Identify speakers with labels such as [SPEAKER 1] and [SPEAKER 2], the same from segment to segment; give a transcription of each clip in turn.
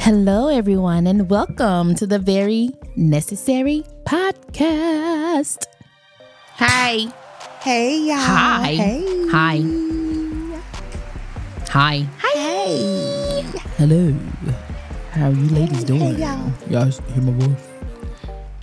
[SPEAKER 1] Hello, everyone, and welcome to the Very Necessary Podcast. Hi.
[SPEAKER 2] Hey y'all.
[SPEAKER 1] Hi.
[SPEAKER 2] Hey.
[SPEAKER 1] Hi. Hi.
[SPEAKER 2] Hey.
[SPEAKER 1] Hello. How are you ladies doing?
[SPEAKER 2] Hey y'all.
[SPEAKER 3] Y'all s- hear my voice?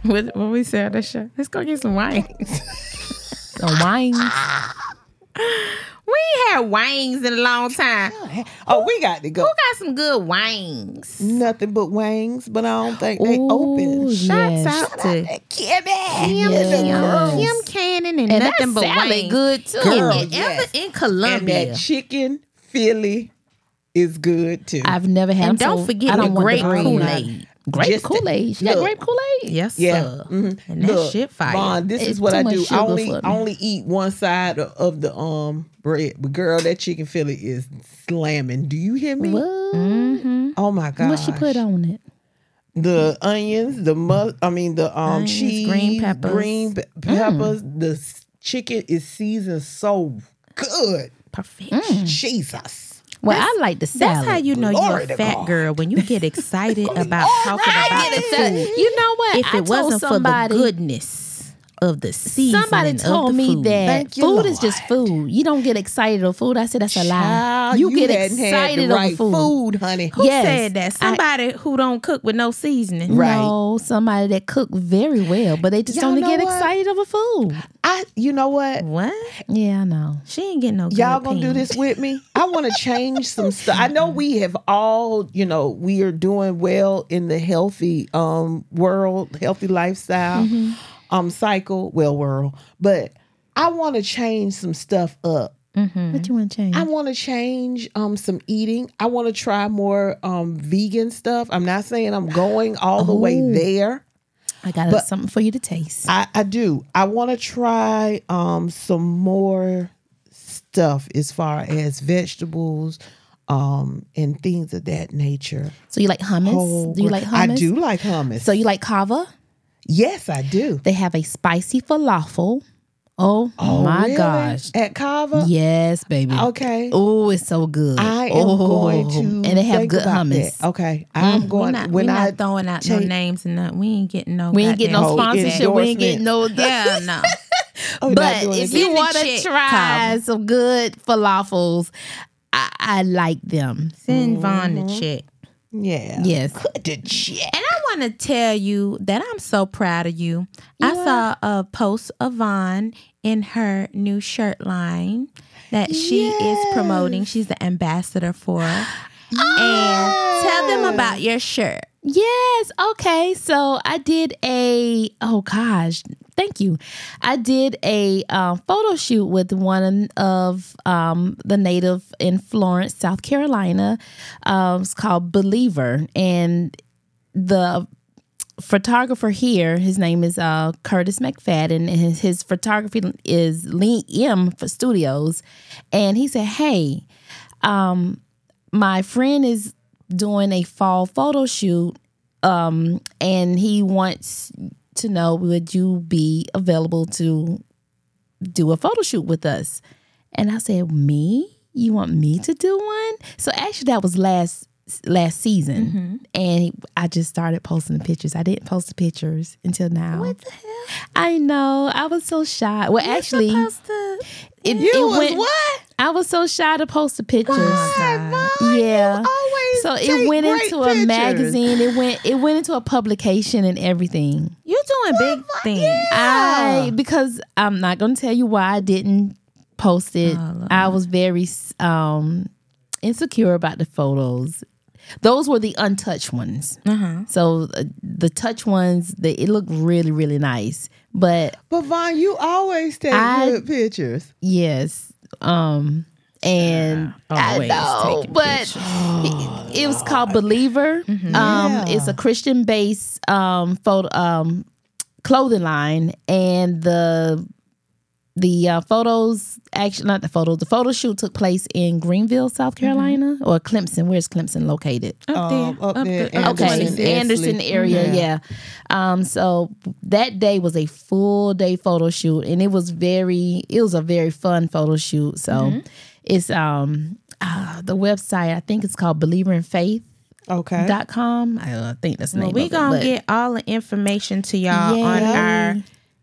[SPEAKER 4] What, what we said that shit. Let's go get some wine.
[SPEAKER 1] So wine.
[SPEAKER 4] we ain't had wings in a long time. Who
[SPEAKER 2] Oh, we got to go.
[SPEAKER 4] got some good wings?
[SPEAKER 2] Nothing but wings, but I don't think they open.
[SPEAKER 1] Ooh,
[SPEAKER 4] Shots
[SPEAKER 1] yes.
[SPEAKER 4] out to Kim,
[SPEAKER 2] Kimmy.
[SPEAKER 1] Yes.
[SPEAKER 4] Kim Cannon and,
[SPEAKER 1] And
[SPEAKER 4] nothing but
[SPEAKER 1] salad
[SPEAKER 4] wings.
[SPEAKER 1] good too.
[SPEAKER 2] Girl.
[SPEAKER 4] And
[SPEAKER 2] Yes.
[SPEAKER 4] ever in
[SPEAKER 2] And
[SPEAKER 4] Colombia.
[SPEAKER 2] that chicken Philly is good too.
[SPEAKER 1] I've never had.
[SPEAKER 4] And
[SPEAKER 1] them,
[SPEAKER 4] don't
[SPEAKER 1] so
[SPEAKER 4] forget
[SPEAKER 1] I
[SPEAKER 4] the
[SPEAKER 1] don't want
[SPEAKER 4] grape
[SPEAKER 1] green.
[SPEAKER 4] Kool Aid.
[SPEAKER 1] Grape
[SPEAKER 2] Just-
[SPEAKER 1] Kool Aid. She got
[SPEAKER 2] look.
[SPEAKER 1] grape Kool Aid.
[SPEAKER 4] Yes,
[SPEAKER 2] yeah.
[SPEAKER 4] sir.
[SPEAKER 2] Mhm.
[SPEAKER 4] And that
[SPEAKER 2] Look,
[SPEAKER 4] shit fire.
[SPEAKER 2] Vaughn, this
[SPEAKER 1] It's
[SPEAKER 2] is what
[SPEAKER 1] too
[SPEAKER 2] I
[SPEAKER 1] much
[SPEAKER 2] do. I
[SPEAKER 1] sugar
[SPEAKER 2] only
[SPEAKER 1] for me.
[SPEAKER 2] I only eat one side of, of the um bread. But girl, that chicken Philly is slamming. Do you hear me?
[SPEAKER 1] What?
[SPEAKER 4] mm-hmm.
[SPEAKER 2] Oh my god.
[SPEAKER 1] What she put on it?
[SPEAKER 2] the onions, the mu- I mean the um
[SPEAKER 4] Onions,
[SPEAKER 2] cheese,
[SPEAKER 4] green peppers.
[SPEAKER 2] green pe-
[SPEAKER 1] Mm.
[SPEAKER 2] peppers. The s- chicken is seasoned so good.
[SPEAKER 4] Perfect.
[SPEAKER 1] Mm.
[SPEAKER 2] Jesus.
[SPEAKER 1] Well, I like the salad.
[SPEAKER 4] That's how you know you're
[SPEAKER 2] Glory
[SPEAKER 4] a
[SPEAKER 2] to
[SPEAKER 4] fat
[SPEAKER 2] God.
[SPEAKER 4] girl when you get excited about talking
[SPEAKER 1] I
[SPEAKER 4] about
[SPEAKER 1] get
[SPEAKER 4] the
[SPEAKER 1] it.
[SPEAKER 4] food.
[SPEAKER 1] You know what?
[SPEAKER 4] If it
[SPEAKER 1] I told
[SPEAKER 4] wasn't
[SPEAKER 1] somebody,
[SPEAKER 4] for the goodness of the season,
[SPEAKER 1] Somebody told me that
[SPEAKER 2] Thank you,
[SPEAKER 1] food is just
[SPEAKER 2] Lord.
[SPEAKER 1] food. You don't get excited over food. I said that's a lie.
[SPEAKER 2] Child,
[SPEAKER 1] you, get
[SPEAKER 2] hadn't had the
[SPEAKER 1] excited over
[SPEAKER 2] right
[SPEAKER 1] food.
[SPEAKER 2] food, honey.
[SPEAKER 4] Who
[SPEAKER 1] Yes,
[SPEAKER 4] said that?
[SPEAKER 1] I-
[SPEAKER 4] Somebody who don't cook with no seasoning.
[SPEAKER 2] Right.
[SPEAKER 1] No, somebody that cook very well, but they just
[SPEAKER 2] Y'all
[SPEAKER 1] don't
[SPEAKER 2] know
[SPEAKER 1] get
[SPEAKER 2] what?
[SPEAKER 1] excited over food.
[SPEAKER 2] I, you know what?
[SPEAKER 4] What?
[SPEAKER 1] Yeah, I know.
[SPEAKER 4] She ain't getting no.
[SPEAKER 2] Y'all
[SPEAKER 4] good
[SPEAKER 2] gonna do
[SPEAKER 4] opinion.
[SPEAKER 2] this with me? I want to change some stuff. I know we have all, you know, we are doing well in the healthy um world, healthy lifestyle,
[SPEAKER 1] Mm-hmm.
[SPEAKER 2] um cycle, well world. But I want to change some stuff up.
[SPEAKER 1] What you want to change?
[SPEAKER 2] I want to change um some eating. I want to try more um vegan stuff. I'm not saying I'm going all the way
[SPEAKER 1] Oh.
[SPEAKER 2] there.
[SPEAKER 1] I got
[SPEAKER 2] but-
[SPEAKER 1] something for you to taste.
[SPEAKER 2] I I do. I want to try um some more stuff as far as vegetables um and things of that nature.
[SPEAKER 1] So you like hummus?
[SPEAKER 2] Whole
[SPEAKER 1] do you
[SPEAKER 2] gr-
[SPEAKER 1] like hummus?
[SPEAKER 2] Oh, I do like hummus.
[SPEAKER 1] So you like kava?
[SPEAKER 2] yes, I do.
[SPEAKER 1] They have a spicy falafel. Oh,
[SPEAKER 2] Oh,
[SPEAKER 1] my
[SPEAKER 2] really?
[SPEAKER 1] gosh!
[SPEAKER 2] At Kava?
[SPEAKER 1] Yes, baby.
[SPEAKER 2] Okay.
[SPEAKER 1] Oh, it's so good.
[SPEAKER 2] I am
[SPEAKER 1] oh.
[SPEAKER 2] going to
[SPEAKER 1] and they have
[SPEAKER 2] think
[SPEAKER 1] good
[SPEAKER 2] about
[SPEAKER 1] hummus. Mm-hmm.
[SPEAKER 2] that. Okay. I'm
[SPEAKER 4] We're
[SPEAKER 2] going
[SPEAKER 4] not,
[SPEAKER 2] when
[SPEAKER 4] we're
[SPEAKER 2] I
[SPEAKER 4] not throwing out no
[SPEAKER 2] take-
[SPEAKER 4] names and nothing. We ain't getting no.
[SPEAKER 1] We ain't getting no
[SPEAKER 2] Oh,
[SPEAKER 1] sponsorship. We ain't
[SPEAKER 2] endorsements.
[SPEAKER 1] getting no.
[SPEAKER 4] Yeah, no.
[SPEAKER 2] Oh,
[SPEAKER 1] But
[SPEAKER 2] doing
[SPEAKER 1] if
[SPEAKER 2] it.
[SPEAKER 1] you
[SPEAKER 4] Send the
[SPEAKER 1] want to
[SPEAKER 4] check,
[SPEAKER 1] try some good falafels, I, I like them.
[SPEAKER 4] Send
[SPEAKER 2] Mm-hmm.
[SPEAKER 4] Vaughn the check.
[SPEAKER 2] yeah.
[SPEAKER 1] Yes.
[SPEAKER 2] Good shit.
[SPEAKER 4] And I want to tell you that I'm so proud of you. I saw a post of Vaughn in her new shirt line that she is promoting. She's the ambassador for. And tell them about your shirt.
[SPEAKER 1] Yes. Okay. So I did a. Oh gosh. Thank you. I did a um, photo shoot with one of um, the native in Florence, South Carolina. Um, it's called Believer, and the photographer here, his name is uh, Curtis McFadden, and his, his photography is Lean M for Studios. And he said, Hey, um, my friend is doing a fall photo shoot, um, and he wants to know would you be available to do a photo shoot with us? And I said, Me? You want me to do one? So actually, that was last last season, and he- I just started posting the pictures. I didn't post the pictures until now. What the hell? I know. I was so shy. Well, actually,
[SPEAKER 4] Supposed to-
[SPEAKER 1] it,
[SPEAKER 2] You
[SPEAKER 1] it
[SPEAKER 2] was
[SPEAKER 1] went.
[SPEAKER 2] what?
[SPEAKER 1] I was so shy to post the pictures. Yeah.
[SPEAKER 2] always
[SPEAKER 1] So it
[SPEAKER 2] take
[SPEAKER 1] went
[SPEAKER 2] great
[SPEAKER 1] into a
[SPEAKER 2] pictures.
[SPEAKER 1] magazine. It went it went into a publication and everything.
[SPEAKER 4] You're doing big things.
[SPEAKER 1] I because I'm not going to tell you why I didn't post it.
[SPEAKER 2] Oh,
[SPEAKER 1] I was very um insecure about the photos. Those were the untouched ones. Uh-huh. So uh, the touch ones, they, it looked really really nice. But
[SPEAKER 2] But Vaughn, you always take
[SPEAKER 1] I-
[SPEAKER 2] good pictures.
[SPEAKER 1] Yes. Um and I
[SPEAKER 4] always
[SPEAKER 1] know,
[SPEAKER 4] taking
[SPEAKER 1] but it, it was called Believer.
[SPEAKER 4] Mm-hmm.
[SPEAKER 1] Um
[SPEAKER 2] Yeah.
[SPEAKER 1] it's a Christian based um photo um clothing line and the the uh, photos actually not the photos the photo shoot took place in Greenville, South
[SPEAKER 4] Mm-hmm.
[SPEAKER 1] Carolina or Clemson. Where's Clemson located?
[SPEAKER 4] Up
[SPEAKER 2] Um,
[SPEAKER 4] there,
[SPEAKER 2] up
[SPEAKER 4] up
[SPEAKER 2] there,
[SPEAKER 4] there, up
[SPEAKER 1] Okay,
[SPEAKER 4] there.
[SPEAKER 2] Anderson,
[SPEAKER 1] Anderson,
[SPEAKER 2] Exley.
[SPEAKER 1] area, yeah. Um, so that day was a full day photo shoot, and it was very, it was a very fun photo shoot. So it's um uh, the website I think it's called Believer in Faith
[SPEAKER 2] Okay.
[SPEAKER 1] dot com. I don't know, I think that's the
[SPEAKER 4] Well,
[SPEAKER 1] name.
[SPEAKER 4] we
[SPEAKER 1] of it,
[SPEAKER 4] gonna
[SPEAKER 1] but-
[SPEAKER 4] get all the information to y'all on
[SPEAKER 1] Yay.
[SPEAKER 4] our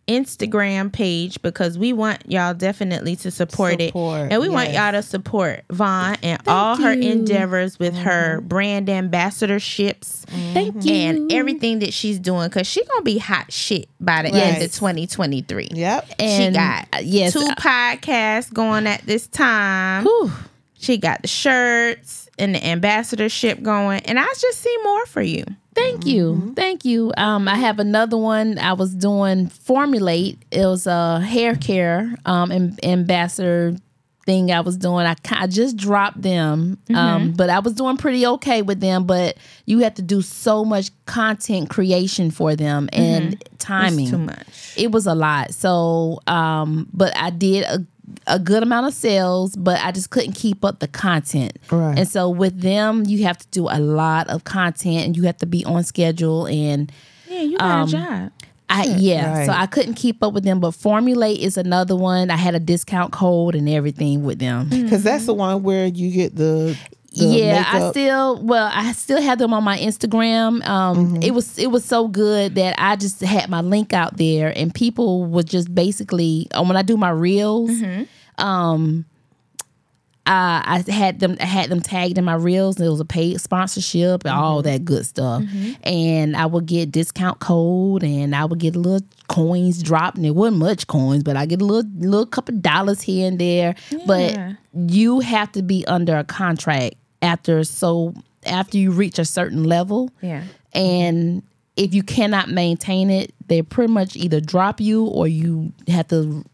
[SPEAKER 4] Instagram page because we want y'all definitely to support,
[SPEAKER 2] Support,
[SPEAKER 4] it, and we want
[SPEAKER 2] yes.
[SPEAKER 4] y'all to support Vaughn and all her
[SPEAKER 1] you.
[SPEAKER 4] endeavors with her
[SPEAKER 2] Mm-hmm.
[SPEAKER 4] brand ambassadorships
[SPEAKER 1] thank you
[SPEAKER 4] and everything that she's doing because she gonna be hot shit by the end of
[SPEAKER 2] Yes.
[SPEAKER 4] 2023.
[SPEAKER 2] Yep.
[SPEAKER 1] And,
[SPEAKER 4] she got
[SPEAKER 1] uh, yes.
[SPEAKER 4] two
[SPEAKER 1] uh,
[SPEAKER 4] podcasts going at this time.
[SPEAKER 1] whew.
[SPEAKER 4] She got the shirts and the ambassadorship going, and I just see more for you.
[SPEAKER 1] Thank you.
[SPEAKER 4] Mm-hmm.
[SPEAKER 1] Thank you. Um, I have another one I was doing formulate. It was a hair care um am- ambassador thing I was doing. I, ki- I just dropped them.
[SPEAKER 4] Mm-hmm.
[SPEAKER 1] Um, but I was doing pretty okay with them, but you had to do so much content creation for them and timing.
[SPEAKER 4] Mm-hmm. It's too much.
[SPEAKER 1] It was a lot. So, um, but I did a, a good amount of sales, but I just couldn't keep up the content.
[SPEAKER 2] Right.
[SPEAKER 1] And so with them, you have to do a lot of content and you have to be on schedule and
[SPEAKER 4] Yeah, you got
[SPEAKER 1] um,
[SPEAKER 4] a job.
[SPEAKER 1] I yeah, so
[SPEAKER 2] Right.
[SPEAKER 1] I couldn't keep up with them, but Formulate is another one. I had a discount code and everything with them.
[SPEAKER 2] Because that's the one where you get the, the
[SPEAKER 1] yeah, I
[SPEAKER 2] makeup.
[SPEAKER 1] still well, I still had them on my Instagram. Um,
[SPEAKER 2] Mm-hmm.
[SPEAKER 1] it was it was so good that I just had my link out there, and people would just basically uh, when I do my reels, um, I, I had them I had them tagged in my reels. And it was a paid sponsorship and all that good stuff, and I would get discount code, and I would get a little coins dropped, and it wasn't much coins, but I get a little little couple dollars here and there, but
[SPEAKER 4] Yeah.
[SPEAKER 1] you have to be under a contract after so after you reach a certain level
[SPEAKER 4] Yeah.
[SPEAKER 1] and if you cannot maintain it they pretty much either drop you or you have to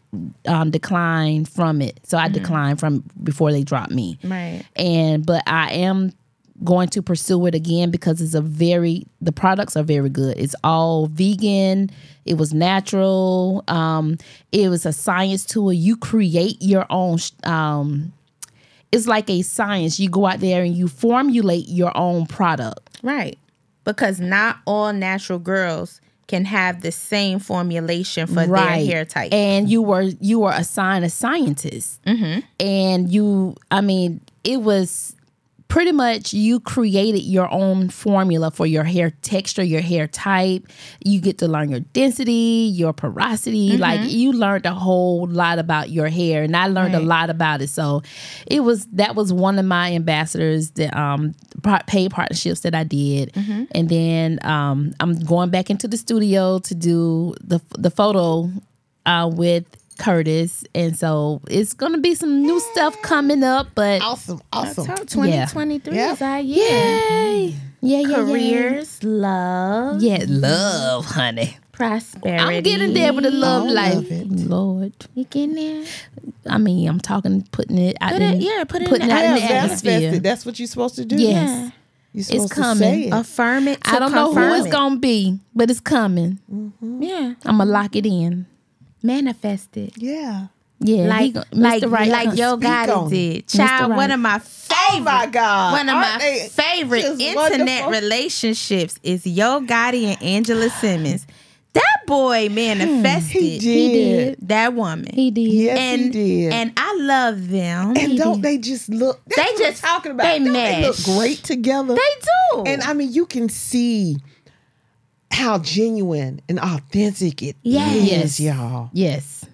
[SPEAKER 1] um, decline from it so i declined from before they drop me
[SPEAKER 4] Right.
[SPEAKER 1] and but i am going to pursue it again because it's a very the products are very good it's all vegan it was natural um it was a science tool you create your own sh- um it's like a science you go out there and you formulate your own product
[SPEAKER 4] Right. Because not all natural girls can have the same formulation for their hair type.
[SPEAKER 1] and you were you were assigned a scientist
[SPEAKER 4] Mm-hmm.
[SPEAKER 1] and you i mean it was pretty much you created your own formula for your hair texture your hair type you get to learn your density your porosity like you learned a whole lot about your hair and i learned a lot about it so it was that was one of my ambassadors that um par- paid partnerships that i did and then um i'm going back into the studio to do the the photo uh with Curtis, and so it's gonna be some new stuff coming up, but
[SPEAKER 2] awesome.
[SPEAKER 4] so
[SPEAKER 2] Awesome.
[SPEAKER 4] 2023
[SPEAKER 2] Yeah.
[SPEAKER 4] is our year. Mm.
[SPEAKER 1] Yay! Yeah, yeah,
[SPEAKER 4] Careers, love,
[SPEAKER 1] Yeah, Yeah, love, honey.
[SPEAKER 4] prosperity.
[SPEAKER 1] I'm getting there with the love
[SPEAKER 2] I
[SPEAKER 1] life.
[SPEAKER 2] love it.
[SPEAKER 1] Lord.
[SPEAKER 4] You getting there?
[SPEAKER 1] I mean, I'm talking putting it out
[SPEAKER 4] Put
[SPEAKER 1] in,
[SPEAKER 4] it, yeah, put it
[SPEAKER 1] putting
[SPEAKER 4] in the
[SPEAKER 1] it out in
[SPEAKER 2] Yeah,
[SPEAKER 1] the
[SPEAKER 4] atmosphere.
[SPEAKER 1] atmosphere.
[SPEAKER 2] manifest it. That's what you're supposed to do.
[SPEAKER 1] Yes.
[SPEAKER 4] Yeah.
[SPEAKER 2] You're supposed
[SPEAKER 1] coming.
[SPEAKER 2] to say it.
[SPEAKER 4] Affirm it. To
[SPEAKER 1] I don't know who
[SPEAKER 4] confirm
[SPEAKER 1] it's
[SPEAKER 4] it.
[SPEAKER 1] gonna be, but it's coming.
[SPEAKER 4] Yeah.
[SPEAKER 1] I'm gonna lock it in.
[SPEAKER 4] Manifest it.
[SPEAKER 2] yeah.
[SPEAKER 1] Yeah, he
[SPEAKER 4] Like,
[SPEAKER 1] gon-
[SPEAKER 4] like,
[SPEAKER 1] Mr. Right
[SPEAKER 4] like
[SPEAKER 1] gonna
[SPEAKER 4] Yo
[SPEAKER 2] speak
[SPEAKER 4] Gotti
[SPEAKER 2] on
[SPEAKER 4] did. Child,
[SPEAKER 1] Right.
[SPEAKER 4] one of my favorite.
[SPEAKER 2] Oh my God.
[SPEAKER 4] One of
[SPEAKER 2] Uh, Aren't
[SPEAKER 4] my
[SPEAKER 2] they
[SPEAKER 4] favorite
[SPEAKER 2] just
[SPEAKER 4] internet
[SPEAKER 2] wonderful?
[SPEAKER 4] relationships is Yo Gotti and Angela Simmons. That boy manifested
[SPEAKER 2] Hmm, He did.
[SPEAKER 1] did.
[SPEAKER 4] that woman.
[SPEAKER 1] He did.
[SPEAKER 2] Yes,
[SPEAKER 4] and
[SPEAKER 2] he did.
[SPEAKER 4] and I love them.
[SPEAKER 2] And don't they just look? That's
[SPEAKER 4] They
[SPEAKER 2] what I'm
[SPEAKER 4] just-
[SPEAKER 2] talking about.
[SPEAKER 4] they
[SPEAKER 2] Don't they look
[SPEAKER 4] mesh.
[SPEAKER 2] great together.
[SPEAKER 4] they do.
[SPEAKER 2] and I mean, you can see how genuine and authentic it is,
[SPEAKER 1] Yes.
[SPEAKER 2] y'all.
[SPEAKER 1] Yes.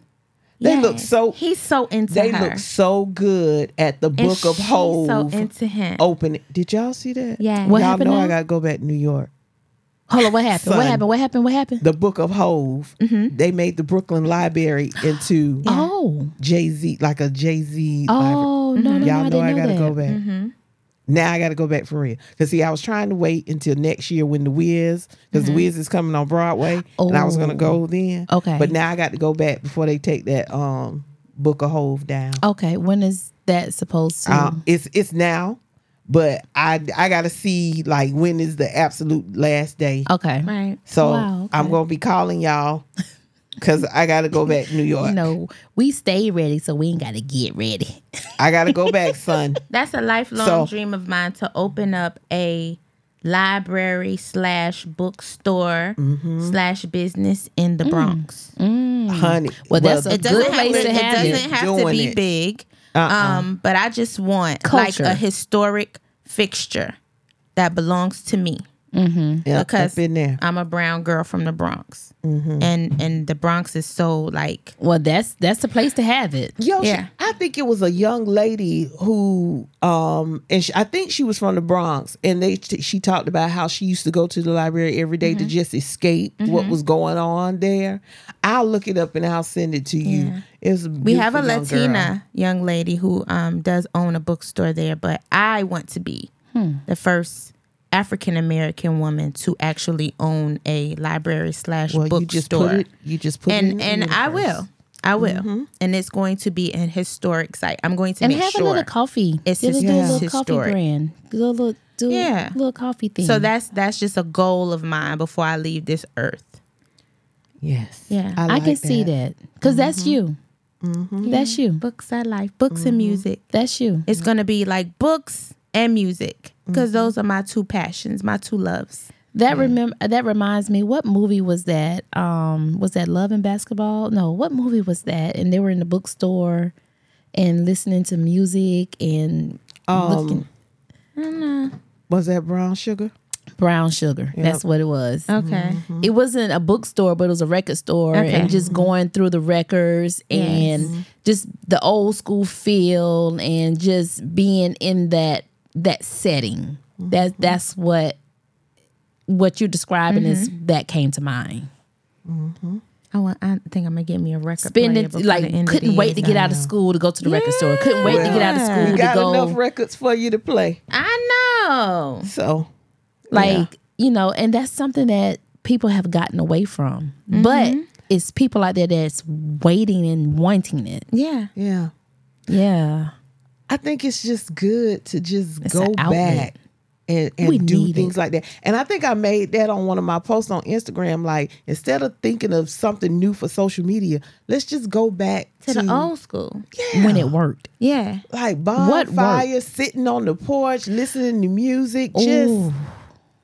[SPEAKER 2] They
[SPEAKER 4] Yes.
[SPEAKER 2] look so.
[SPEAKER 4] He's so into
[SPEAKER 2] They
[SPEAKER 4] her.
[SPEAKER 2] look so good at the
[SPEAKER 4] And
[SPEAKER 2] Book of Oh,
[SPEAKER 4] she's
[SPEAKER 2] Hove.
[SPEAKER 4] So into him.
[SPEAKER 2] open. Did y'all see that?
[SPEAKER 4] Yeah.
[SPEAKER 1] What
[SPEAKER 2] y'all
[SPEAKER 1] happened
[SPEAKER 2] know
[SPEAKER 1] now?
[SPEAKER 2] I gotta go back to New York.
[SPEAKER 1] Hold on. What happened? What
[SPEAKER 2] Son.
[SPEAKER 1] happened? What happened? What happened?
[SPEAKER 2] The Book of Hove.
[SPEAKER 4] Mm-hmm.
[SPEAKER 2] They made the Brooklyn Library into
[SPEAKER 1] Oh.
[SPEAKER 2] Jay Z, like a Jay Z.
[SPEAKER 1] Oh no, no, no,
[SPEAKER 2] Mm-hmm. Y'all
[SPEAKER 1] I
[SPEAKER 2] know
[SPEAKER 1] didn't
[SPEAKER 2] I
[SPEAKER 1] know
[SPEAKER 2] gotta
[SPEAKER 1] that. Mm-hmm.
[SPEAKER 2] go back. Now I gotta go back for real. Cause see, I was trying to wait until next year when the Wiz, because the Wiz is coming on Broadway, and I was gonna
[SPEAKER 1] Mm-hmm. Oh.
[SPEAKER 2] go then.
[SPEAKER 1] Okay.
[SPEAKER 2] but now I got to go back before they take that um book of Hove down.
[SPEAKER 1] Okay, when is that supposed to?
[SPEAKER 2] Uh, it's it's now, but I I gotta see like when is the absolute last day.
[SPEAKER 1] okay,
[SPEAKER 4] right.
[SPEAKER 2] So
[SPEAKER 1] Oh, Wow, okay.
[SPEAKER 2] I'm gonna be calling y'all because I gotta go back to New York.
[SPEAKER 1] you know we stay ready, so we ain't gotta get ready.
[SPEAKER 2] I gotta go back, son.
[SPEAKER 4] That's a lifelong
[SPEAKER 2] So-
[SPEAKER 4] dream of mine to open up a library slash bookstore slash business in the Bronx.
[SPEAKER 2] Honey.
[SPEAKER 1] Hmm. Well, that's a
[SPEAKER 4] It doesn't
[SPEAKER 1] Good
[SPEAKER 4] have
[SPEAKER 1] place
[SPEAKER 4] to,
[SPEAKER 1] to
[SPEAKER 4] it
[SPEAKER 1] have it.
[SPEAKER 4] doesn't have to
[SPEAKER 2] Doing
[SPEAKER 4] be
[SPEAKER 2] it.
[SPEAKER 4] big. Um, but I just want like
[SPEAKER 1] Culture.
[SPEAKER 4] a historic fixture. that belongs to me.
[SPEAKER 2] Yep,
[SPEAKER 4] Because-
[SPEAKER 2] up in there.
[SPEAKER 4] I'm a brown girl from the Bronx, and and the Bronx is so like
[SPEAKER 1] Well, that's that's the place to have it.
[SPEAKER 2] Yo, she-
[SPEAKER 4] Yeah.
[SPEAKER 2] I think it was a young lady who, um, and she, I think she was from the Bronx, and they she talked about how she used to go to the library every day
[SPEAKER 4] Mm-hmm.
[SPEAKER 2] to just escape what was going on there. I'll look it up and I'll send it to you.
[SPEAKER 4] Yeah.
[SPEAKER 2] It's
[SPEAKER 4] we have a
[SPEAKER 2] beautiful young girl.
[SPEAKER 4] Latina young lady who um does own a bookstore there, but I want to be
[SPEAKER 2] Hmm.
[SPEAKER 4] the first African American woman to actually own a library slash
[SPEAKER 2] Well,
[SPEAKER 4] bookstore.
[SPEAKER 2] you just put it. You just put it. in
[SPEAKER 4] and
[SPEAKER 2] the
[SPEAKER 4] and
[SPEAKER 2] universe.
[SPEAKER 4] I
[SPEAKER 2] Mm-hmm.
[SPEAKER 4] will, I will, and it's going to be an historic site. I'm going to
[SPEAKER 1] And
[SPEAKER 4] make
[SPEAKER 1] have
[SPEAKER 4] sure.
[SPEAKER 1] another coffee.
[SPEAKER 4] It's
[SPEAKER 1] Get a
[SPEAKER 4] his-
[SPEAKER 1] do a
[SPEAKER 4] yeah.
[SPEAKER 1] little
[SPEAKER 4] his
[SPEAKER 1] coffee
[SPEAKER 4] story.
[SPEAKER 1] brand. Do a little do
[SPEAKER 4] Yeah.
[SPEAKER 1] a little coffee thing.
[SPEAKER 4] so that's that's just a goal of mine before I leave this earth.
[SPEAKER 2] Yes.
[SPEAKER 4] Yeah.
[SPEAKER 1] I,
[SPEAKER 2] like
[SPEAKER 1] can see that Mm-hmm. because that's you. That's you.
[SPEAKER 4] Books I like, books and
[SPEAKER 2] Mm-hmm.
[SPEAKER 4] music.
[SPEAKER 1] That's you.
[SPEAKER 4] It's gonna be like books and music
[SPEAKER 2] Mm-hmm.
[SPEAKER 4] because those are my two passions, my two loves.
[SPEAKER 1] That remember that reminds me. What movie was that? Um, was that Love and Basketball? No, what movie was that? And they were in the bookstore and listening to music and looking
[SPEAKER 2] Uh, Was that brown sugar?
[SPEAKER 1] brown sugar. That's what it was.
[SPEAKER 4] Okay.
[SPEAKER 1] It wasn't a bookstore, but it was a record store,
[SPEAKER 4] Mm-hmm. Okay. Mm-hmm.
[SPEAKER 1] and just going through the records and just the old school feel, and just being in that that setting.
[SPEAKER 4] Mm-hmm.
[SPEAKER 1] That that's what what you're describing is
[SPEAKER 4] Mm-hmm.
[SPEAKER 1] that came to mind.
[SPEAKER 4] I want. I think I'm gonna get me a record.
[SPEAKER 1] Spending
[SPEAKER 4] player before the
[SPEAKER 1] like
[SPEAKER 4] end of
[SPEAKER 1] couldn't
[SPEAKER 4] the
[SPEAKER 1] wait to
[SPEAKER 4] year.
[SPEAKER 1] get out of school to go to the record store. Couldn't wait to get out of
[SPEAKER 4] Yeah.
[SPEAKER 1] school
[SPEAKER 4] You
[SPEAKER 1] to
[SPEAKER 2] You got
[SPEAKER 1] go.
[SPEAKER 2] enough records for you to play.
[SPEAKER 4] I know.
[SPEAKER 2] So
[SPEAKER 1] like you know, and that's something that people have gotten away from. But
[SPEAKER 4] Mm-hmm.
[SPEAKER 1] it's people out there that's waiting and wanting it.
[SPEAKER 4] Yeah.
[SPEAKER 2] yeah.
[SPEAKER 1] Yeah.
[SPEAKER 2] I think it's just good to just
[SPEAKER 1] It's
[SPEAKER 2] go
[SPEAKER 1] an outlet.
[SPEAKER 2] back and,
[SPEAKER 1] We
[SPEAKER 2] and do
[SPEAKER 1] need
[SPEAKER 2] things like that. And I think I made that on one of my posts on Instagram. Like instead of thinking of something new for social media, let's just go back
[SPEAKER 4] To the old school.
[SPEAKER 2] yeah,
[SPEAKER 1] when it worked.
[SPEAKER 4] Yeah.
[SPEAKER 2] like
[SPEAKER 1] worked?
[SPEAKER 2] bonfire, sitting on the porch, listening to music,
[SPEAKER 1] Ooh.
[SPEAKER 2] just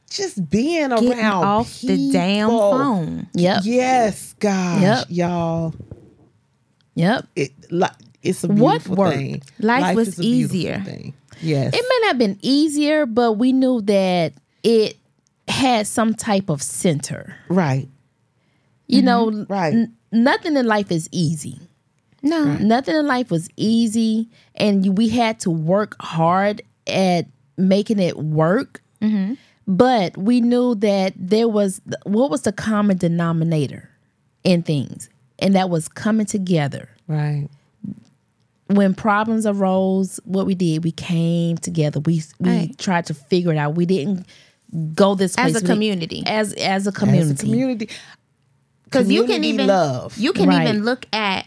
[SPEAKER 2] just being
[SPEAKER 4] Getting
[SPEAKER 2] around
[SPEAKER 4] off the damn
[SPEAKER 2] people.
[SPEAKER 4] phone.
[SPEAKER 1] Yep.
[SPEAKER 2] Yes, gosh,
[SPEAKER 1] Yep.
[SPEAKER 2] y'all.
[SPEAKER 1] Yep.
[SPEAKER 2] It like it's a
[SPEAKER 1] What
[SPEAKER 2] beautiful
[SPEAKER 1] worked?
[SPEAKER 2] thing.
[SPEAKER 4] Life was
[SPEAKER 2] is a beautiful
[SPEAKER 4] easier.
[SPEAKER 2] Thing. Yes,
[SPEAKER 1] It may not have been easier, but we knew that it had some type of center.
[SPEAKER 2] right,
[SPEAKER 1] You know,
[SPEAKER 2] Right.
[SPEAKER 1] n- nothing in life is easy.
[SPEAKER 4] No.
[SPEAKER 1] Nothing in life was easy, and you- we had to work hard at making it work. But we knew that there was what was the common denominator in things, and that was coming together.
[SPEAKER 2] right.
[SPEAKER 1] when problems arose, what we did, we came together. We we
[SPEAKER 4] Right.
[SPEAKER 1] tried to figure it out. We didn't go this
[SPEAKER 4] As
[SPEAKER 1] place.
[SPEAKER 4] a
[SPEAKER 1] We-
[SPEAKER 4] community.
[SPEAKER 1] as as a
[SPEAKER 2] As
[SPEAKER 1] community.
[SPEAKER 2] a community.
[SPEAKER 4] because you can
[SPEAKER 2] Community
[SPEAKER 4] even
[SPEAKER 2] love.
[SPEAKER 4] you can
[SPEAKER 1] Right.
[SPEAKER 4] even look at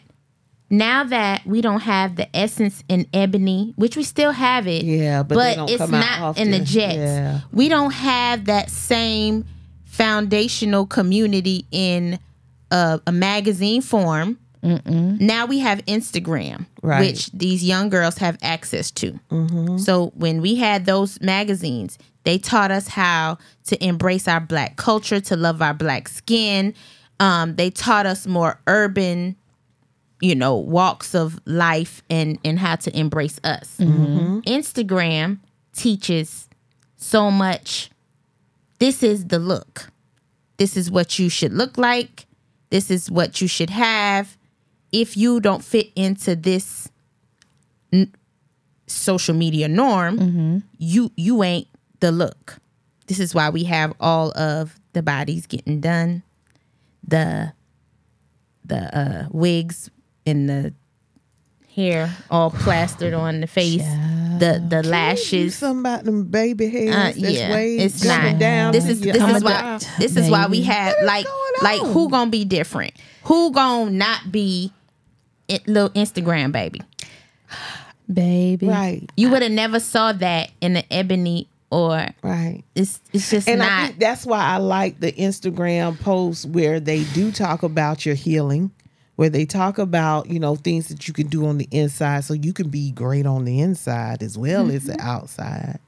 [SPEAKER 4] now that we don't have the essence in ebony which we still have it
[SPEAKER 2] Yeah, but they don't
[SPEAKER 4] it's
[SPEAKER 2] come out
[SPEAKER 4] not in the
[SPEAKER 2] often.
[SPEAKER 4] jets
[SPEAKER 2] Yeah.
[SPEAKER 4] we don't have that same foundational community in a, a magazine form now we have instagram
[SPEAKER 2] Right.
[SPEAKER 4] which these young girls have access to so when we had those magazines, they taught us how to embrace our black culture, to love our black skin. Um, they taught us more urban, you know, walks of life and and how to embrace us. Instagram teaches so much. This is the look. This is what you should look like. This is what you should have. If you don't fit into this social media norm, you you ain't the look. This is why we have all of the bodies getting done, the the uh, wigs and the hair all plastered on the face, the the lashes.
[SPEAKER 2] Something about them baby hairs
[SPEAKER 4] Uh,
[SPEAKER 2] that's
[SPEAKER 4] yeah,
[SPEAKER 2] way
[SPEAKER 4] it's
[SPEAKER 2] coming
[SPEAKER 4] not.
[SPEAKER 2] down.
[SPEAKER 4] this is
[SPEAKER 2] to your
[SPEAKER 4] this is why
[SPEAKER 2] eye.
[SPEAKER 4] this is why we
[SPEAKER 1] baby.
[SPEAKER 4] had like
[SPEAKER 2] going
[SPEAKER 4] like
[SPEAKER 2] on?
[SPEAKER 4] who gonna be different? Who gonna not be it, little Instagram baby?
[SPEAKER 1] Baby.
[SPEAKER 2] Right,
[SPEAKER 4] You would have never saw that in the ebony or
[SPEAKER 2] right.
[SPEAKER 4] it's it's just
[SPEAKER 2] And I
[SPEAKER 4] not
[SPEAKER 2] think that's why I like the Instagram posts where they do talk about your healing, where they talk about, you know, things that you can do on the inside so you can be great on the inside as well as the
[SPEAKER 4] Mm-hmm.
[SPEAKER 2] outside.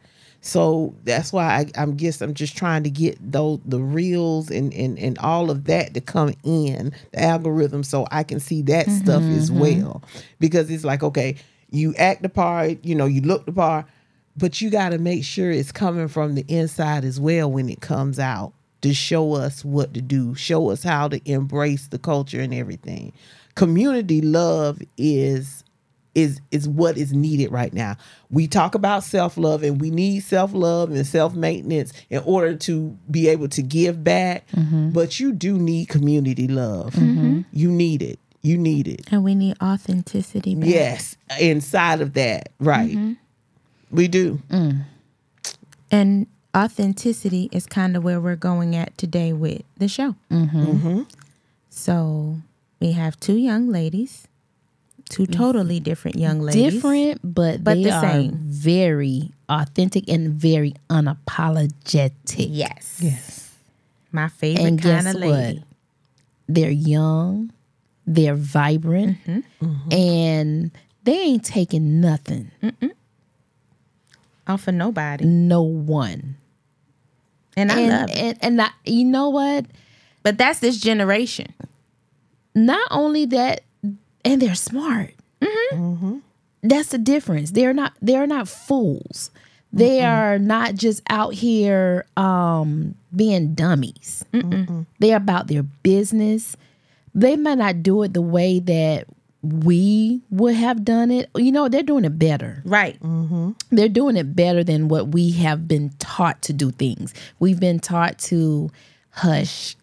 [SPEAKER 2] So that's why I, I'm guess I'm just trying to get those the reels and, and and all of that to come in the algorithm so I can see that
[SPEAKER 4] Mm-hmm,
[SPEAKER 2] stuff as well because it's like okay you act the part you know you look the part but you got to make sure it's coming from the inside as well when it comes out to show us what to do, show us how to embrace the culture and everything. Community love is is is what is needed right now. We talk about self-love and we need self-love and self-maintenance in order to be able to give back, but you do need community love. You need it. You need it.
[SPEAKER 4] And we need authenticity. Back.
[SPEAKER 2] Yes, inside of that, right. We do.
[SPEAKER 4] And authenticity is kind of where we're going at today with the show. Mm-hmm. So we have two young ladies, two totally different young ladies.
[SPEAKER 1] Different, but,
[SPEAKER 4] But
[SPEAKER 1] they
[SPEAKER 4] the
[SPEAKER 1] are
[SPEAKER 4] same.
[SPEAKER 1] very authentic and very unapologetic.
[SPEAKER 4] Yes.
[SPEAKER 2] Yes.
[SPEAKER 4] My favorite
[SPEAKER 1] And
[SPEAKER 4] kind
[SPEAKER 1] guess
[SPEAKER 4] of
[SPEAKER 1] what?
[SPEAKER 4] lady.
[SPEAKER 1] They're young, they're vibrant,
[SPEAKER 4] Mm-hmm.
[SPEAKER 1] Mm-hmm. and they ain't taking nothing.
[SPEAKER 4] Mm. Off of nobody.
[SPEAKER 1] No one.
[SPEAKER 4] And I
[SPEAKER 1] and,
[SPEAKER 4] love it.
[SPEAKER 1] and and I, you know what?
[SPEAKER 4] But that's this generation.
[SPEAKER 1] Not only that, and they're smart. That's the difference. They're not. They're not fools. They are not just out here um, being dummies. They're about their business. They might not do it the way that we would have done it. You know, they're doing it better
[SPEAKER 4] Right.
[SPEAKER 1] they're doing it better than what we have been taught to do things. We've been taught to hush,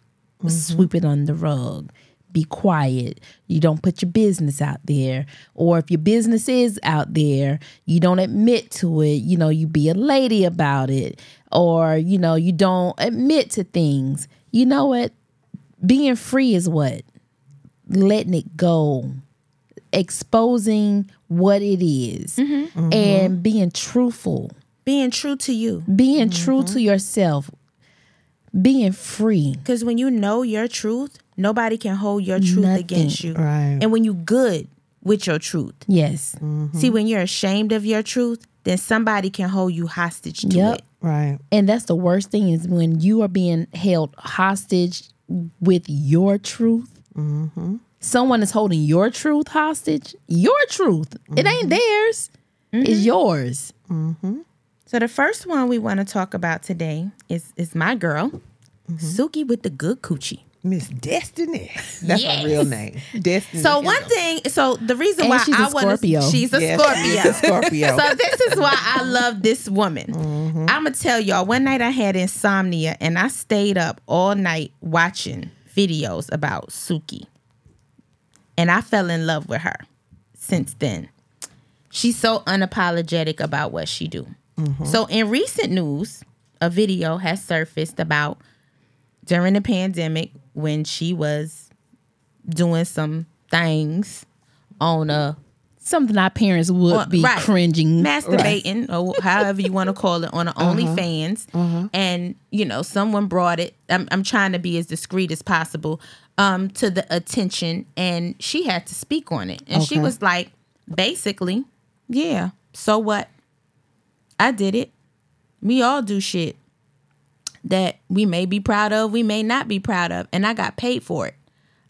[SPEAKER 1] sweep it under the rug, be quiet. You don't put your business out there. Or if your business is out there, you don't admit to it. You know, you be a lady about it. Or, you know, you don't admit to things. You know what? Being free is what? Letting it go exposing what it is
[SPEAKER 4] Mm-hmm.
[SPEAKER 1] and being truthful,
[SPEAKER 4] Being true to you.
[SPEAKER 1] being true to yourself, being free.
[SPEAKER 4] Because when you know your truth, nobody can hold your truth
[SPEAKER 1] Nothing.
[SPEAKER 4] against you.
[SPEAKER 2] Right.
[SPEAKER 4] And when you good with your truth.
[SPEAKER 1] Yes.
[SPEAKER 4] See, when you're ashamed of your truth, then somebody can hold you hostage to
[SPEAKER 1] Yep.
[SPEAKER 4] it.
[SPEAKER 2] Right.
[SPEAKER 1] And that's the worst thing is when you are being held hostage with your truth. Someone is holding your truth hostage, your truth. It ain't theirs,
[SPEAKER 4] Mm-hmm.
[SPEAKER 1] it's yours.
[SPEAKER 4] So the first one we want to talk about today is is my girl,
[SPEAKER 1] Mm-hmm.
[SPEAKER 4] Suki with the good coochie.
[SPEAKER 2] Miss Destiny. That's
[SPEAKER 4] Yes.
[SPEAKER 2] her real name. Destiny.
[SPEAKER 4] So one thing, so the reason
[SPEAKER 1] And
[SPEAKER 4] why
[SPEAKER 1] she's a
[SPEAKER 4] I want
[SPEAKER 1] Scorpio.
[SPEAKER 4] she's a
[SPEAKER 2] Yes,
[SPEAKER 4] Scorpio.
[SPEAKER 2] she's a Scorpio.
[SPEAKER 4] so this is why I love this woman. I'm gonna tell y'all. One night I had insomnia and I stayed up all night watching videos about Suki, and I fell in love with her. Since then, she's so unapologetic about what she do. So in recent news, a video has surfaced about during the pandemic when she was doing some things on a
[SPEAKER 1] Something our parents would
[SPEAKER 4] Well,
[SPEAKER 1] be
[SPEAKER 4] right.
[SPEAKER 1] cringing.
[SPEAKER 4] masturbating or however you want to call it on a OnlyFans, and you know someone brought it. I'm, I'm trying to be as discreet as possible um, to the attention, and she had to speak on it, and she
[SPEAKER 2] Okay.
[SPEAKER 4] was like, basically, yeah. So what? I did it. We all do shit that we may be proud of, we may not be proud of, and I got paid for it.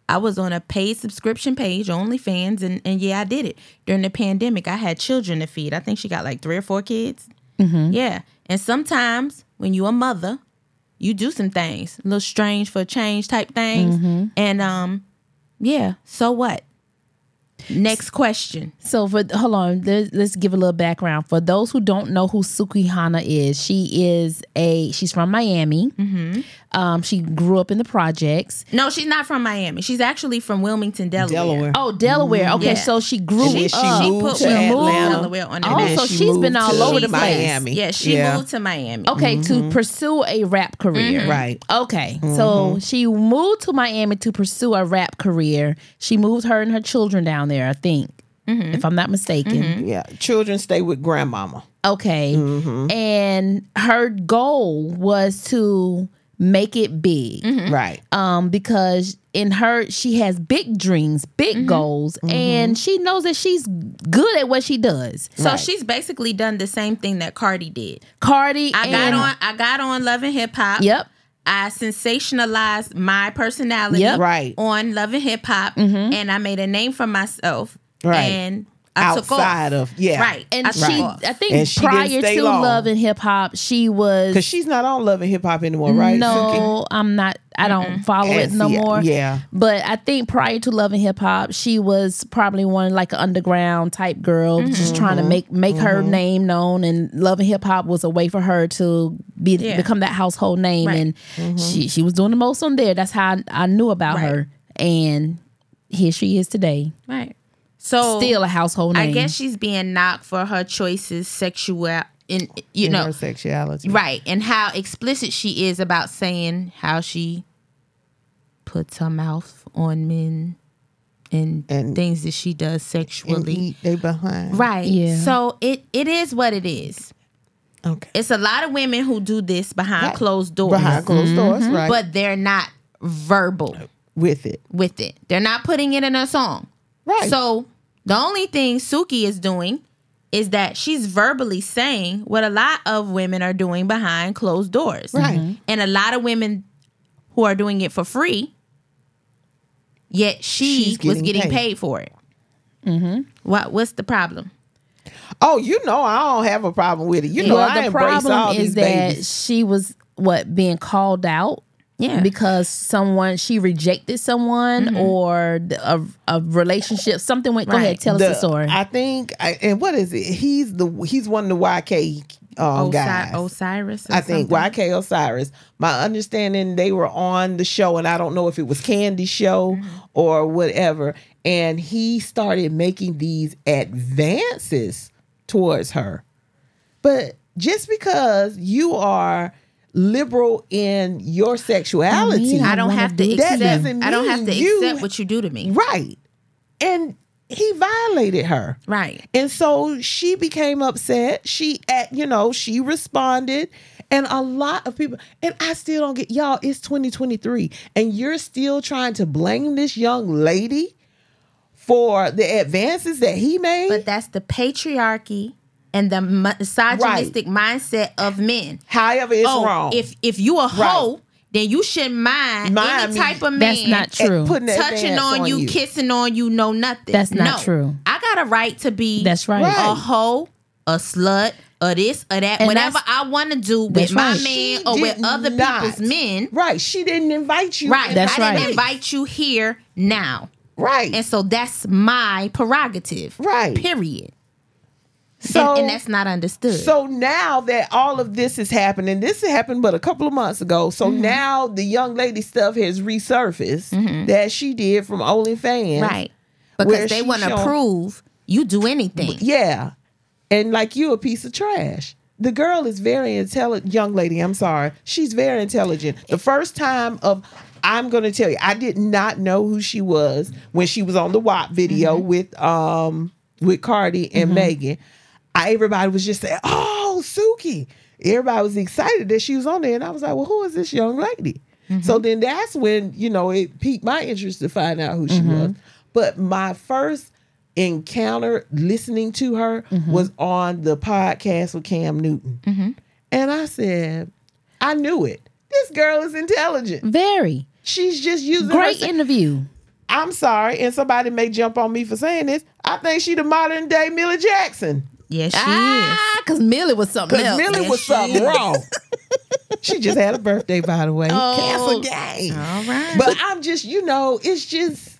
[SPEAKER 4] I was on a paid subscription page, OnlyFans, and, and yeah, I did it. During the pandemic, I had children to feed. I think she got like three or four kids. Yeah. And sometimes when you a mother, you do some things, little strange for change type things. And um, yeah, so what? Next question.
[SPEAKER 1] So for hold on, let's, let's give a little background for those who don't know who Suki Hana is. She is a she's from Miami. Um, she grew up in the projects.
[SPEAKER 4] No, she's not from Miami. She's actually from Wilmington, Delaware.
[SPEAKER 2] Delaware.
[SPEAKER 1] Oh, Delaware. Okay,
[SPEAKER 4] Yeah.
[SPEAKER 1] so she grew
[SPEAKER 2] And then she
[SPEAKER 1] up.
[SPEAKER 2] moved
[SPEAKER 4] put
[SPEAKER 2] to
[SPEAKER 4] Wilmington,
[SPEAKER 2] Atlanta.
[SPEAKER 4] Delaware on the
[SPEAKER 1] Oh,
[SPEAKER 4] map.
[SPEAKER 1] so she's been all
[SPEAKER 2] to
[SPEAKER 1] over the place.
[SPEAKER 2] Miami.
[SPEAKER 4] Yeah, she moved to Miami.
[SPEAKER 1] okay, to pursue a rap career.
[SPEAKER 2] Right.
[SPEAKER 1] Okay, so she moved to Miami to pursue a rap career. She moved her and her children down there, I think, if I'm not mistaken.
[SPEAKER 2] Yeah. Children stay with grandmama.
[SPEAKER 1] Okay.
[SPEAKER 2] Mm-hmm.
[SPEAKER 1] And her goal was to make it big.
[SPEAKER 4] Mm-hmm.
[SPEAKER 2] Right.
[SPEAKER 1] Um, because in her she has big dreams,
[SPEAKER 4] Mm-hmm.
[SPEAKER 1] big goals,
[SPEAKER 2] Mm-hmm.
[SPEAKER 1] and she knows that she's good at what she does.
[SPEAKER 4] So she's basically done the same thing that Cardi did.
[SPEAKER 1] Cardi
[SPEAKER 4] I got
[SPEAKER 1] and-
[SPEAKER 4] on I got on Love and Hip Hop.
[SPEAKER 1] Yep.
[SPEAKER 4] I sensationalized my personality
[SPEAKER 1] Yep. Mm-hmm.
[SPEAKER 2] Right.
[SPEAKER 4] on Love and Hip Hop and I made a name for myself.
[SPEAKER 2] Right.
[SPEAKER 4] And I took
[SPEAKER 2] outside
[SPEAKER 4] off.
[SPEAKER 2] of yeah,
[SPEAKER 4] Right.
[SPEAKER 1] And
[SPEAKER 4] I took
[SPEAKER 1] she,
[SPEAKER 4] off.
[SPEAKER 1] I think
[SPEAKER 2] And she didn't
[SPEAKER 1] prior
[SPEAKER 2] stay
[SPEAKER 1] to
[SPEAKER 2] long.
[SPEAKER 1] Love and Hip Hop, she was.
[SPEAKER 2] Because she's not on Love and Hip Hop anymore, right?
[SPEAKER 1] no, I'm not. I don't follow
[SPEAKER 2] Suki?
[SPEAKER 1] it no
[SPEAKER 2] Yeah,
[SPEAKER 1] more.
[SPEAKER 2] Yeah.
[SPEAKER 1] But I think prior to Love and Hip Hop, she was probably one like an underground type girl,
[SPEAKER 4] Mm-hmm.
[SPEAKER 1] just trying to make make her name known. And Love and Hip Hop was a way for her to be
[SPEAKER 4] Yeah.
[SPEAKER 1] become that household name.
[SPEAKER 4] Right. Mm-hmm.
[SPEAKER 1] And she she was doing the most on there. That's how I, I knew about
[SPEAKER 4] Right.
[SPEAKER 1] her. And here she is today,
[SPEAKER 4] Right. So
[SPEAKER 1] still a household name.
[SPEAKER 4] I guess she's being knocked for her choices, sexual, in you
[SPEAKER 2] In
[SPEAKER 4] know,
[SPEAKER 2] her sexuality.
[SPEAKER 4] right, and how explicit she is about saying how she puts her mouth on men and,
[SPEAKER 2] And-
[SPEAKER 4] things that she does
[SPEAKER 2] And
[SPEAKER 4] sexually.
[SPEAKER 2] eat, they behind.
[SPEAKER 4] Right.
[SPEAKER 1] Yeah.
[SPEAKER 4] So it it is what it is.
[SPEAKER 2] Okay.
[SPEAKER 4] It's a lot of women who do this behind
[SPEAKER 2] Right.
[SPEAKER 4] closed doors,
[SPEAKER 2] Behind closed doors, right?
[SPEAKER 4] Mm-hmm. but they're not verbal
[SPEAKER 2] with it.
[SPEAKER 4] with it. They're not putting it in a song.
[SPEAKER 2] Right.
[SPEAKER 4] So the only thing Suki is doing is that she's verbally saying what a lot of women are doing behind closed doors.
[SPEAKER 2] Right. Mhm.
[SPEAKER 4] And a lot of women who are doing it for free, yet she
[SPEAKER 2] She's
[SPEAKER 4] was
[SPEAKER 2] getting
[SPEAKER 4] getting paid,
[SPEAKER 2] paid.
[SPEAKER 4] for it. Mm-hmm. What what's the problem?
[SPEAKER 2] Oh, you know I don't have a problem with it. You know
[SPEAKER 1] well,
[SPEAKER 2] I
[SPEAKER 1] the
[SPEAKER 2] embrace all
[SPEAKER 1] problem
[SPEAKER 2] these
[SPEAKER 1] is that
[SPEAKER 2] babies.
[SPEAKER 1] she was what being called out
[SPEAKER 4] Yeah.
[SPEAKER 1] because someone she rejected someone or the- a, a relationship something went go ahead
[SPEAKER 4] Right.
[SPEAKER 1] tell
[SPEAKER 2] The-
[SPEAKER 1] us the story
[SPEAKER 2] I think, I, and what is it? He's the he's one of the YK um,
[SPEAKER 4] Osi-
[SPEAKER 2] guys.
[SPEAKER 4] Osiris. or
[SPEAKER 2] I think
[SPEAKER 4] something?
[SPEAKER 2] YK Osiris. My understanding, they were on the show, and I don't know if it was Candy Show
[SPEAKER 4] Mm-hmm.
[SPEAKER 2] or whatever. And he started making these advances towards her. But just because you are liberal in your sexuality,
[SPEAKER 4] I don't
[SPEAKER 1] wanna
[SPEAKER 4] have
[SPEAKER 1] do
[SPEAKER 4] to
[SPEAKER 1] it.
[SPEAKER 2] That
[SPEAKER 4] accept.
[SPEAKER 2] doesn't
[SPEAKER 4] I don't have
[SPEAKER 2] mean
[SPEAKER 4] to
[SPEAKER 2] you-
[SPEAKER 4] accept what you do to me.
[SPEAKER 2] right? And he violated her.
[SPEAKER 4] Right.
[SPEAKER 2] And so she became upset. She at you know, she responded and a lot of people and I still don't get y'all, it's 2023 and you're still trying to blame this young lady for the advances that he made.
[SPEAKER 4] But that's the patriarchy and the misogynistic mindset of men. Oh,
[SPEAKER 2] However, it's wrong.
[SPEAKER 4] if if you a hoe, then you shouldn't mind,
[SPEAKER 2] Mind
[SPEAKER 4] any
[SPEAKER 2] me.
[SPEAKER 4] type of man
[SPEAKER 1] that's not
[SPEAKER 2] At
[SPEAKER 1] true
[SPEAKER 2] putting an
[SPEAKER 4] touching
[SPEAKER 2] advance
[SPEAKER 4] on, you, kissing on you, no nothing.
[SPEAKER 1] That's not
[SPEAKER 4] No.
[SPEAKER 1] true.
[SPEAKER 4] I got a right to be
[SPEAKER 1] that's right,
[SPEAKER 2] Right.
[SPEAKER 4] a hoe, a slut, or this or that,
[SPEAKER 1] And
[SPEAKER 4] whatever
[SPEAKER 1] that's-
[SPEAKER 4] I want to do with
[SPEAKER 1] That's
[SPEAKER 4] my
[SPEAKER 1] right.
[SPEAKER 4] man
[SPEAKER 2] She
[SPEAKER 4] or with
[SPEAKER 2] did
[SPEAKER 4] other
[SPEAKER 2] not.
[SPEAKER 4] people's men.
[SPEAKER 2] Right. She didn't invite you.
[SPEAKER 4] Right.
[SPEAKER 1] That's
[SPEAKER 4] I didn't
[SPEAKER 1] right.
[SPEAKER 4] invite you here now.
[SPEAKER 2] Right.
[SPEAKER 4] And so that's my prerogative.
[SPEAKER 2] Right.
[SPEAKER 4] Period.
[SPEAKER 2] so
[SPEAKER 4] and, and that's not understood.
[SPEAKER 2] So now that all of this is happening, this happened but a couple of months ago. So now the young lady stuff has resurfaced that she did from OnlyFans.
[SPEAKER 4] right.
[SPEAKER 2] where
[SPEAKER 4] Because they
[SPEAKER 2] she
[SPEAKER 4] want to
[SPEAKER 2] showing-
[SPEAKER 4] prove you do anything.
[SPEAKER 2] Yeah. And like you a piece of trash. The girl is very intelligent young lady, I'm sorry. She's very intelligent. The first time of I'm gonna tell you, I did not know who she was when she was on the WAP video with um with Cardi and Megan. I everybody was just saying, Oh, Suki. Everybody was excited that she was on there. And I was like, Well, who is this young lady? So then that's when, you know, it piqued my interest to find out who she was. But my first encounter listening to her was on the podcast with Cam Newton. And I said, I knew it. This girl is intelligent.
[SPEAKER 1] very
[SPEAKER 2] She's just using
[SPEAKER 1] great
[SPEAKER 2] her.
[SPEAKER 1] interview
[SPEAKER 2] I'm sorry, and somebody may jump on me for saying this. I think she the modern day Millie Jackson.
[SPEAKER 4] Yes, she is.
[SPEAKER 1] ah because Millie was something
[SPEAKER 2] Because
[SPEAKER 1] else
[SPEAKER 2] Millie was something wrong. she just had a birthday, by the way.
[SPEAKER 4] Oh.
[SPEAKER 2] Cancer gang.
[SPEAKER 4] All right.
[SPEAKER 2] But I'm just, you know, it's just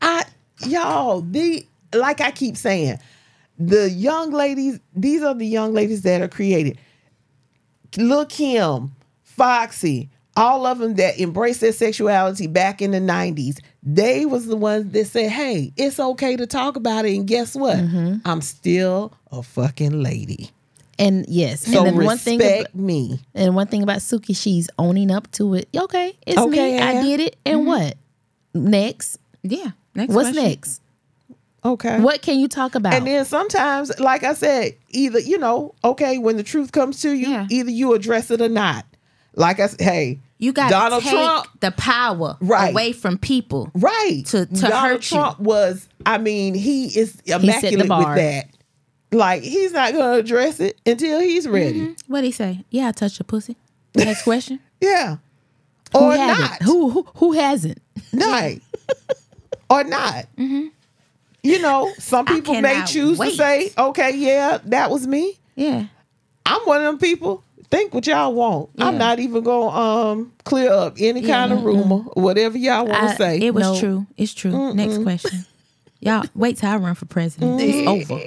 [SPEAKER 2] I y'all, the like I keep saying, the young ladies, these are the young ladies that are created. Lil Kim, Foxy, all of them that embraced their sexuality back in the 90s, they was the ones that said, hey, it's okay to talk about it. And guess what?
[SPEAKER 4] Mm-hmm.
[SPEAKER 2] I'm still a fucking lady.
[SPEAKER 1] and yes
[SPEAKER 2] So
[SPEAKER 1] and then
[SPEAKER 2] respect
[SPEAKER 1] one thing ab-
[SPEAKER 2] me.
[SPEAKER 1] and one thing about Suki she's owning up to it okay it's me
[SPEAKER 2] Okay,
[SPEAKER 1] I
[SPEAKER 2] yeah. Mm-hmm.
[SPEAKER 1] did it and what next
[SPEAKER 4] Yeah. Next
[SPEAKER 1] what's
[SPEAKER 4] question.
[SPEAKER 1] next
[SPEAKER 2] Okay.
[SPEAKER 1] what can you talk about
[SPEAKER 2] And then sometimes, like I said, either you know, okay, when the truth comes to you,
[SPEAKER 4] Yeah.
[SPEAKER 2] either you address it or not. Like I said, hey,
[SPEAKER 4] You got
[SPEAKER 2] Donald
[SPEAKER 4] to take
[SPEAKER 2] Trump,
[SPEAKER 4] the power
[SPEAKER 2] Right.
[SPEAKER 4] away from people.
[SPEAKER 2] right?
[SPEAKER 4] to- to
[SPEAKER 2] Donald
[SPEAKER 4] hurt you.
[SPEAKER 2] Trump was, I mean, he is immaculate
[SPEAKER 1] bar.
[SPEAKER 2] with that. Like he's not going to address it until he's ready.
[SPEAKER 4] What do he say? Yeah, I touched your pussy. Next question.
[SPEAKER 2] Yeah,
[SPEAKER 1] who
[SPEAKER 2] or
[SPEAKER 1] hasn't
[SPEAKER 2] not,
[SPEAKER 1] who, who who hasn't
[SPEAKER 2] right, or not. you know, some
[SPEAKER 4] I
[SPEAKER 2] people may
[SPEAKER 4] cannot
[SPEAKER 2] choose
[SPEAKER 4] wait.
[SPEAKER 2] to say, okay, yeah, that was me.
[SPEAKER 4] Yeah.
[SPEAKER 2] I'm one of them people. Think what y'all want. I'm
[SPEAKER 4] Yeah.
[SPEAKER 2] not even gonna um clear up any kind of rumor, whatever y'all want
[SPEAKER 4] I-
[SPEAKER 2] to say.
[SPEAKER 4] It was
[SPEAKER 1] No.
[SPEAKER 4] true. It's true. Next question. Y'all, wait till I run for president. It's over.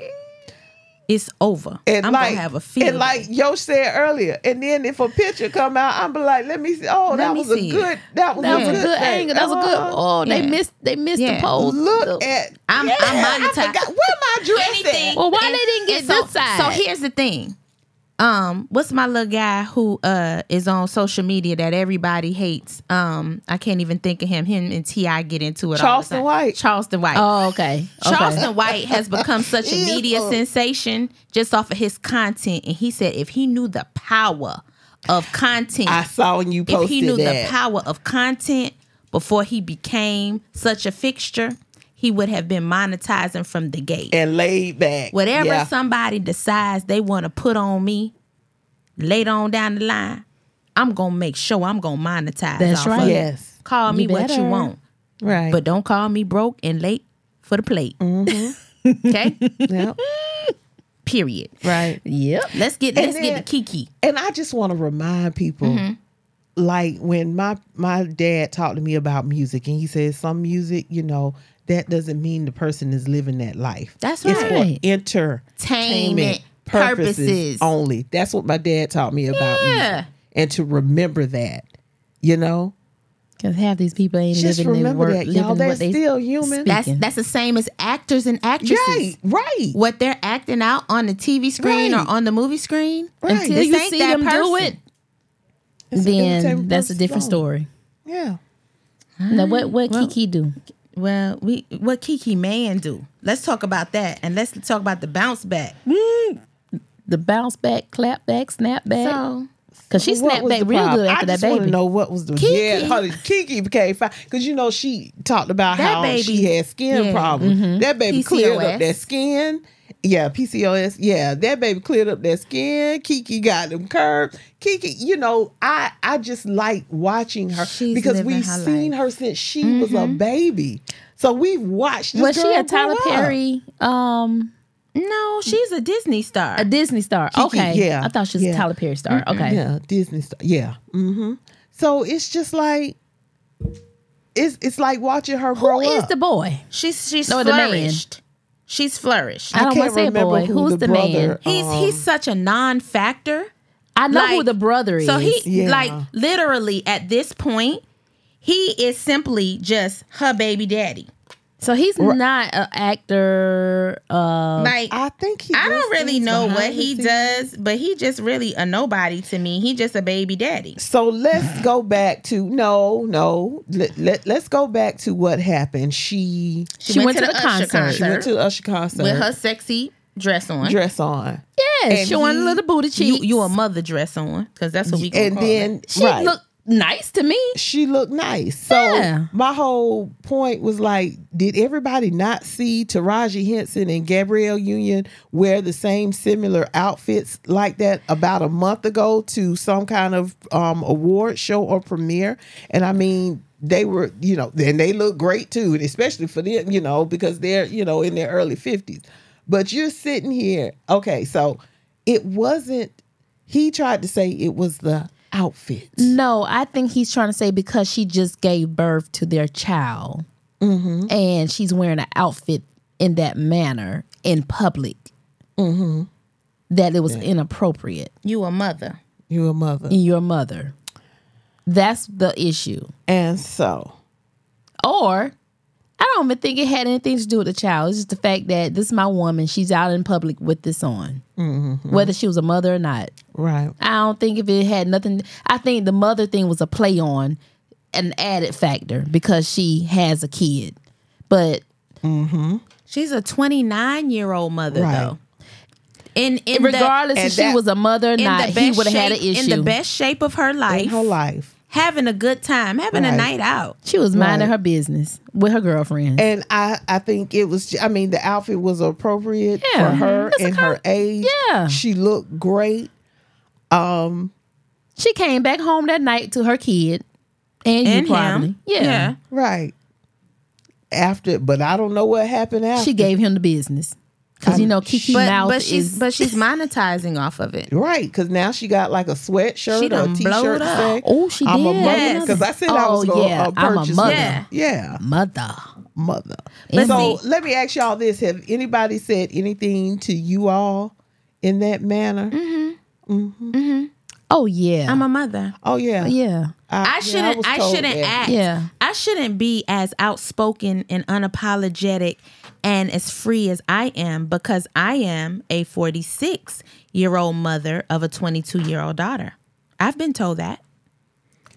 [SPEAKER 4] It's over.
[SPEAKER 2] Mm-hmm. and
[SPEAKER 4] I'm
[SPEAKER 2] like,
[SPEAKER 4] gonna have a field.
[SPEAKER 2] and like Yo said earlier, and then if a picture come out, I'm be like, let me see. Oh, that
[SPEAKER 4] me
[SPEAKER 2] was a
[SPEAKER 4] see it.
[SPEAKER 2] good. That was,
[SPEAKER 1] That was a
[SPEAKER 2] good
[SPEAKER 1] good
[SPEAKER 2] thing.
[SPEAKER 1] angle. That was a good.
[SPEAKER 2] Uh-huh.
[SPEAKER 1] Oh, they
[SPEAKER 4] Yeah.
[SPEAKER 1] missed. They missed
[SPEAKER 4] Yeah.
[SPEAKER 1] the post.
[SPEAKER 2] Look
[SPEAKER 1] The-
[SPEAKER 2] at.
[SPEAKER 4] oh, I'm- I'm
[SPEAKER 2] yeah, I
[SPEAKER 4] monetized.
[SPEAKER 2] forgot. Where my dress
[SPEAKER 4] anything.
[SPEAKER 2] at? Oh,
[SPEAKER 1] Well, why they didn't get
[SPEAKER 4] and so,
[SPEAKER 1] this side?
[SPEAKER 4] So here's the thing. Um, what's my little guy who uh is on social media that everybody hates? Um, I can't even think of him. Him and Ti get into it.
[SPEAKER 2] Charleston
[SPEAKER 4] all the time.
[SPEAKER 2] White.
[SPEAKER 4] Charleston White.
[SPEAKER 1] Oh, okay. okay.
[SPEAKER 4] Charleston White has become such a
[SPEAKER 2] Ew.
[SPEAKER 4] media sensation just off of his content, and he said if he knew the power of content,
[SPEAKER 2] I saw when you posted
[SPEAKER 4] if he knew
[SPEAKER 2] that.
[SPEAKER 4] the power of content before he became such a fixture, he would have been monetizing from the gate.
[SPEAKER 2] and laid back.
[SPEAKER 4] Whatever
[SPEAKER 2] Yeah.
[SPEAKER 4] somebody decides they want to put on me later on down the line, I'm gonna make sure I'm gonna monetize.
[SPEAKER 1] That's
[SPEAKER 4] off
[SPEAKER 1] right.
[SPEAKER 4] of it.
[SPEAKER 2] yes.
[SPEAKER 4] Call me
[SPEAKER 1] You
[SPEAKER 4] what you
[SPEAKER 1] better.
[SPEAKER 4] want,
[SPEAKER 2] Right.
[SPEAKER 4] but don't call me broke and late for the plate. okay,
[SPEAKER 2] Yep.
[SPEAKER 4] period.
[SPEAKER 2] Mm-hmm. right.
[SPEAKER 1] Yep.
[SPEAKER 4] Let's get
[SPEAKER 2] And
[SPEAKER 4] let's
[SPEAKER 2] then-
[SPEAKER 4] get the Kiki.
[SPEAKER 2] and I just want to remind people,
[SPEAKER 1] Mm-hmm.
[SPEAKER 2] like when my my dad talked to me about music, and he says some music, you know, that doesn't mean the person is living that life.
[SPEAKER 4] That's
[SPEAKER 2] it's
[SPEAKER 1] right.
[SPEAKER 2] for entertainment
[SPEAKER 4] Entertainment
[SPEAKER 2] purposes,
[SPEAKER 4] purposes.
[SPEAKER 2] only. That's what my dad taught me about
[SPEAKER 4] Yeah.
[SPEAKER 2] music, and to remember that, you know,
[SPEAKER 1] Because half these people ain't
[SPEAKER 2] just
[SPEAKER 1] living their
[SPEAKER 2] remember
[SPEAKER 1] work,
[SPEAKER 2] that, y'all.
[SPEAKER 1] living
[SPEAKER 2] They're
[SPEAKER 1] what they.
[SPEAKER 2] still human.
[SPEAKER 1] speak.
[SPEAKER 4] That's
[SPEAKER 1] Speaking.
[SPEAKER 4] that's the same as actors and actresses.
[SPEAKER 2] right, right,
[SPEAKER 4] What they're acting out on the TV screen
[SPEAKER 2] Right.
[SPEAKER 4] or on the movie screen.
[SPEAKER 2] right.
[SPEAKER 1] Until
[SPEAKER 4] This
[SPEAKER 1] you
[SPEAKER 4] ain't
[SPEAKER 1] see
[SPEAKER 4] that
[SPEAKER 1] them do
[SPEAKER 4] person.
[SPEAKER 1] it,
[SPEAKER 2] It's an
[SPEAKER 1] then
[SPEAKER 2] entertainment
[SPEAKER 1] that's a different
[SPEAKER 2] purposes
[SPEAKER 1] story.
[SPEAKER 2] only. Yeah.
[SPEAKER 1] Now, what what Kiki do?
[SPEAKER 4] Well, we what Kiki man do? Let's talk about that, and let's talk about the bounce back.
[SPEAKER 1] The bounce back, clap back, snap back.
[SPEAKER 4] So
[SPEAKER 1] Because she
[SPEAKER 2] What
[SPEAKER 1] snapped
[SPEAKER 2] was
[SPEAKER 1] back
[SPEAKER 2] the
[SPEAKER 1] real
[SPEAKER 2] problem?
[SPEAKER 1] good after
[SPEAKER 2] I
[SPEAKER 1] that
[SPEAKER 2] just wanna
[SPEAKER 1] baby.
[SPEAKER 2] know what was the
[SPEAKER 4] Kiki.
[SPEAKER 2] yeah? Honey, Kiki became fine because you know she talked about
[SPEAKER 4] That
[SPEAKER 2] how
[SPEAKER 4] baby-
[SPEAKER 2] she had skin
[SPEAKER 4] yeah.
[SPEAKER 2] problems.
[SPEAKER 1] mm-hmm.
[SPEAKER 2] That baby cleared up
[SPEAKER 4] PCOS.
[SPEAKER 2] that skin. Yeah, PCOS. Yeah, that baby cleared up that skin. Kiki got them curves. Kiki, you know, I I just like watching her
[SPEAKER 4] She's
[SPEAKER 2] because
[SPEAKER 4] living
[SPEAKER 2] we've
[SPEAKER 4] her
[SPEAKER 2] seen
[SPEAKER 4] life.
[SPEAKER 2] her since she was a baby. So we've watched. This
[SPEAKER 1] Mm-hmm. Was she
[SPEAKER 2] girl
[SPEAKER 1] a Tyler
[SPEAKER 2] grow up.
[SPEAKER 1] Perry, um,
[SPEAKER 4] no, she's a Disney star.
[SPEAKER 1] a Disney star? okay,
[SPEAKER 2] yeah,
[SPEAKER 1] I thought she was
[SPEAKER 2] yeah.
[SPEAKER 1] a Tyler Perry star. Okay,
[SPEAKER 2] Yeah, Disney star. Yeah.
[SPEAKER 4] Mm-hmm.
[SPEAKER 2] hmm So it's just like it's it's like watching her grow
[SPEAKER 1] who is
[SPEAKER 2] up.
[SPEAKER 1] the boy?
[SPEAKER 4] she's she's
[SPEAKER 1] No, the man.
[SPEAKER 4] flourished. She's flourished.
[SPEAKER 2] Oh.
[SPEAKER 1] I don't want to say a boy. Who's the, man?
[SPEAKER 4] he's he's such a non-factor.
[SPEAKER 1] I know who
[SPEAKER 4] Like,
[SPEAKER 1] the brother is.
[SPEAKER 4] So he
[SPEAKER 2] Yeah.
[SPEAKER 4] like literally at this point, he is simply just her baby daddy.
[SPEAKER 1] so he's not an actor. Uh,
[SPEAKER 4] Like
[SPEAKER 2] I think he.
[SPEAKER 4] I
[SPEAKER 2] does
[SPEAKER 4] don't really
[SPEAKER 2] things
[SPEAKER 4] know
[SPEAKER 2] behind
[SPEAKER 4] what
[SPEAKER 2] the
[SPEAKER 4] he
[SPEAKER 2] scenes.
[SPEAKER 4] does, but he just really a nobody to me. He just a baby daddy.
[SPEAKER 2] So let's go back to no, no. Let, let us go back to what happened. She
[SPEAKER 4] She,
[SPEAKER 1] went to the
[SPEAKER 4] Usher
[SPEAKER 1] concert.
[SPEAKER 2] she went to the Usher concert
[SPEAKER 4] with her sexy dress on.
[SPEAKER 2] dress on,
[SPEAKER 1] yeah,
[SPEAKER 2] and
[SPEAKER 1] showing
[SPEAKER 2] he-
[SPEAKER 1] a little booty
[SPEAKER 4] you,
[SPEAKER 1] cheeks.
[SPEAKER 4] you a mother dress on because that's what we gonna
[SPEAKER 2] and
[SPEAKER 4] call
[SPEAKER 2] then
[SPEAKER 4] it.
[SPEAKER 1] she
[SPEAKER 2] right.
[SPEAKER 1] looked nice to me.
[SPEAKER 2] she looked nice. So
[SPEAKER 1] Yeah.
[SPEAKER 2] my whole point was like, did everybody not see Taraji Henson and Gabrielle Union wear the same similar outfits like that about a month ago to some kind of um, award show or premiere? And I mean, they were, you know, and they look great too, and especially for them, you know, because they're, you know, in their early fifties. But you're sitting here, okay, so it wasn't. He tried to say it was the outfit.
[SPEAKER 1] No, I think he's trying to say because she just gave birth to their child Mm-hmm. and she's wearing an outfit in that manner in public Mm-hmm. that it was inappropriate.
[SPEAKER 4] You a mother.
[SPEAKER 2] You a mother.
[SPEAKER 1] Your mother. That's the issue.
[SPEAKER 2] And so,
[SPEAKER 1] Or I don't even think it had anything to do with the child. It's just the fact that this is my woman. She's out in public with this on, whether she was a mother or not.
[SPEAKER 2] right.
[SPEAKER 1] I don't think if it had nothing. I think the mother thing was a play on an added factor because she has a kid. But
[SPEAKER 4] She's a 29 year old mother
[SPEAKER 2] Right.
[SPEAKER 4] though. In in
[SPEAKER 1] regardless
[SPEAKER 2] and
[SPEAKER 1] if she
[SPEAKER 2] that-
[SPEAKER 1] was a mother or
[SPEAKER 4] the, in
[SPEAKER 1] not,
[SPEAKER 4] the
[SPEAKER 1] he
[SPEAKER 4] best
[SPEAKER 1] would have had an
[SPEAKER 4] shape-
[SPEAKER 1] issue.
[SPEAKER 4] in the best shape of her life,
[SPEAKER 2] In her life.
[SPEAKER 4] having a good time, having
[SPEAKER 2] Right.
[SPEAKER 4] a night out.
[SPEAKER 1] she was minding her business with her girlfriend.
[SPEAKER 2] And I, I think it was, I mean, the outfit was appropriate
[SPEAKER 1] Yeah.
[SPEAKER 2] for her
[SPEAKER 1] It's a
[SPEAKER 2] and her
[SPEAKER 1] com-
[SPEAKER 2] age.
[SPEAKER 1] Yeah.
[SPEAKER 2] She looked great.
[SPEAKER 1] she came back home that night to her kid and, you
[SPEAKER 4] And him.
[SPEAKER 1] probably. Yeah.
[SPEAKER 2] Right. after, but I don't know what happened after.
[SPEAKER 1] She gave him the business because you know Kiki
[SPEAKER 4] But
[SPEAKER 1] mouth
[SPEAKER 4] but she's
[SPEAKER 1] is.
[SPEAKER 4] but she's monetizing off of it.
[SPEAKER 2] Right, because now she got like a sweatshirt
[SPEAKER 4] She
[SPEAKER 2] or a
[SPEAKER 4] done blowed
[SPEAKER 2] t-shirt.
[SPEAKER 4] up.
[SPEAKER 2] Saying,
[SPEAKER 1] oh, she
[SPEAKER 2] I'm
[SPEAKER 1] did.
[SPEAKER 2] a mother
[SPEAKER 4] Yes.
[SPEAKER 2] because I said I was
[SPEAKER 1] Oh,
[SPEAKER 2] going to
[SPEAKER 1] yeah,
[SPEAKER 2] uh,
[SPEAKER 1] I'm a
[SPEAKER 2] purchase.
[SPEAKER 1] mother.
[SPEAKER 2] them. yeah,
[SPEAKER 1] mother.
[SPEAKER 2] mother.
[SPEAKER 1] But
[SPEAKER 2] so
[SPEAKER 4] see-
[SPEAKER 2] let me ask y'all this: Have anybody said anything to you all in that manner?
[SPEAKER 1] Mm. Oh yeah.
[SPEAKER 4] I'm a mother.
[SPEAKER 2] Oh yeah,
[SPEAKER 1] yeah.
[SPEAKER 2] yeah,
[SPEAKER 4] I shouldn't.
[SPEAKER 2] was
[SPEAKER 4] I,
[SPEAKER 2] told
[SPEAKER 4] shouldn't
[SPEAKER 2] that.
[SPEAKER 4] act.
[SPEAKER 1] Yeah.
[SPEAKER 4] I shouldn't be as outspoken and unapologetic and as free as I am because I am a 46 year old mother of a 22 year old daughter. I've been told that.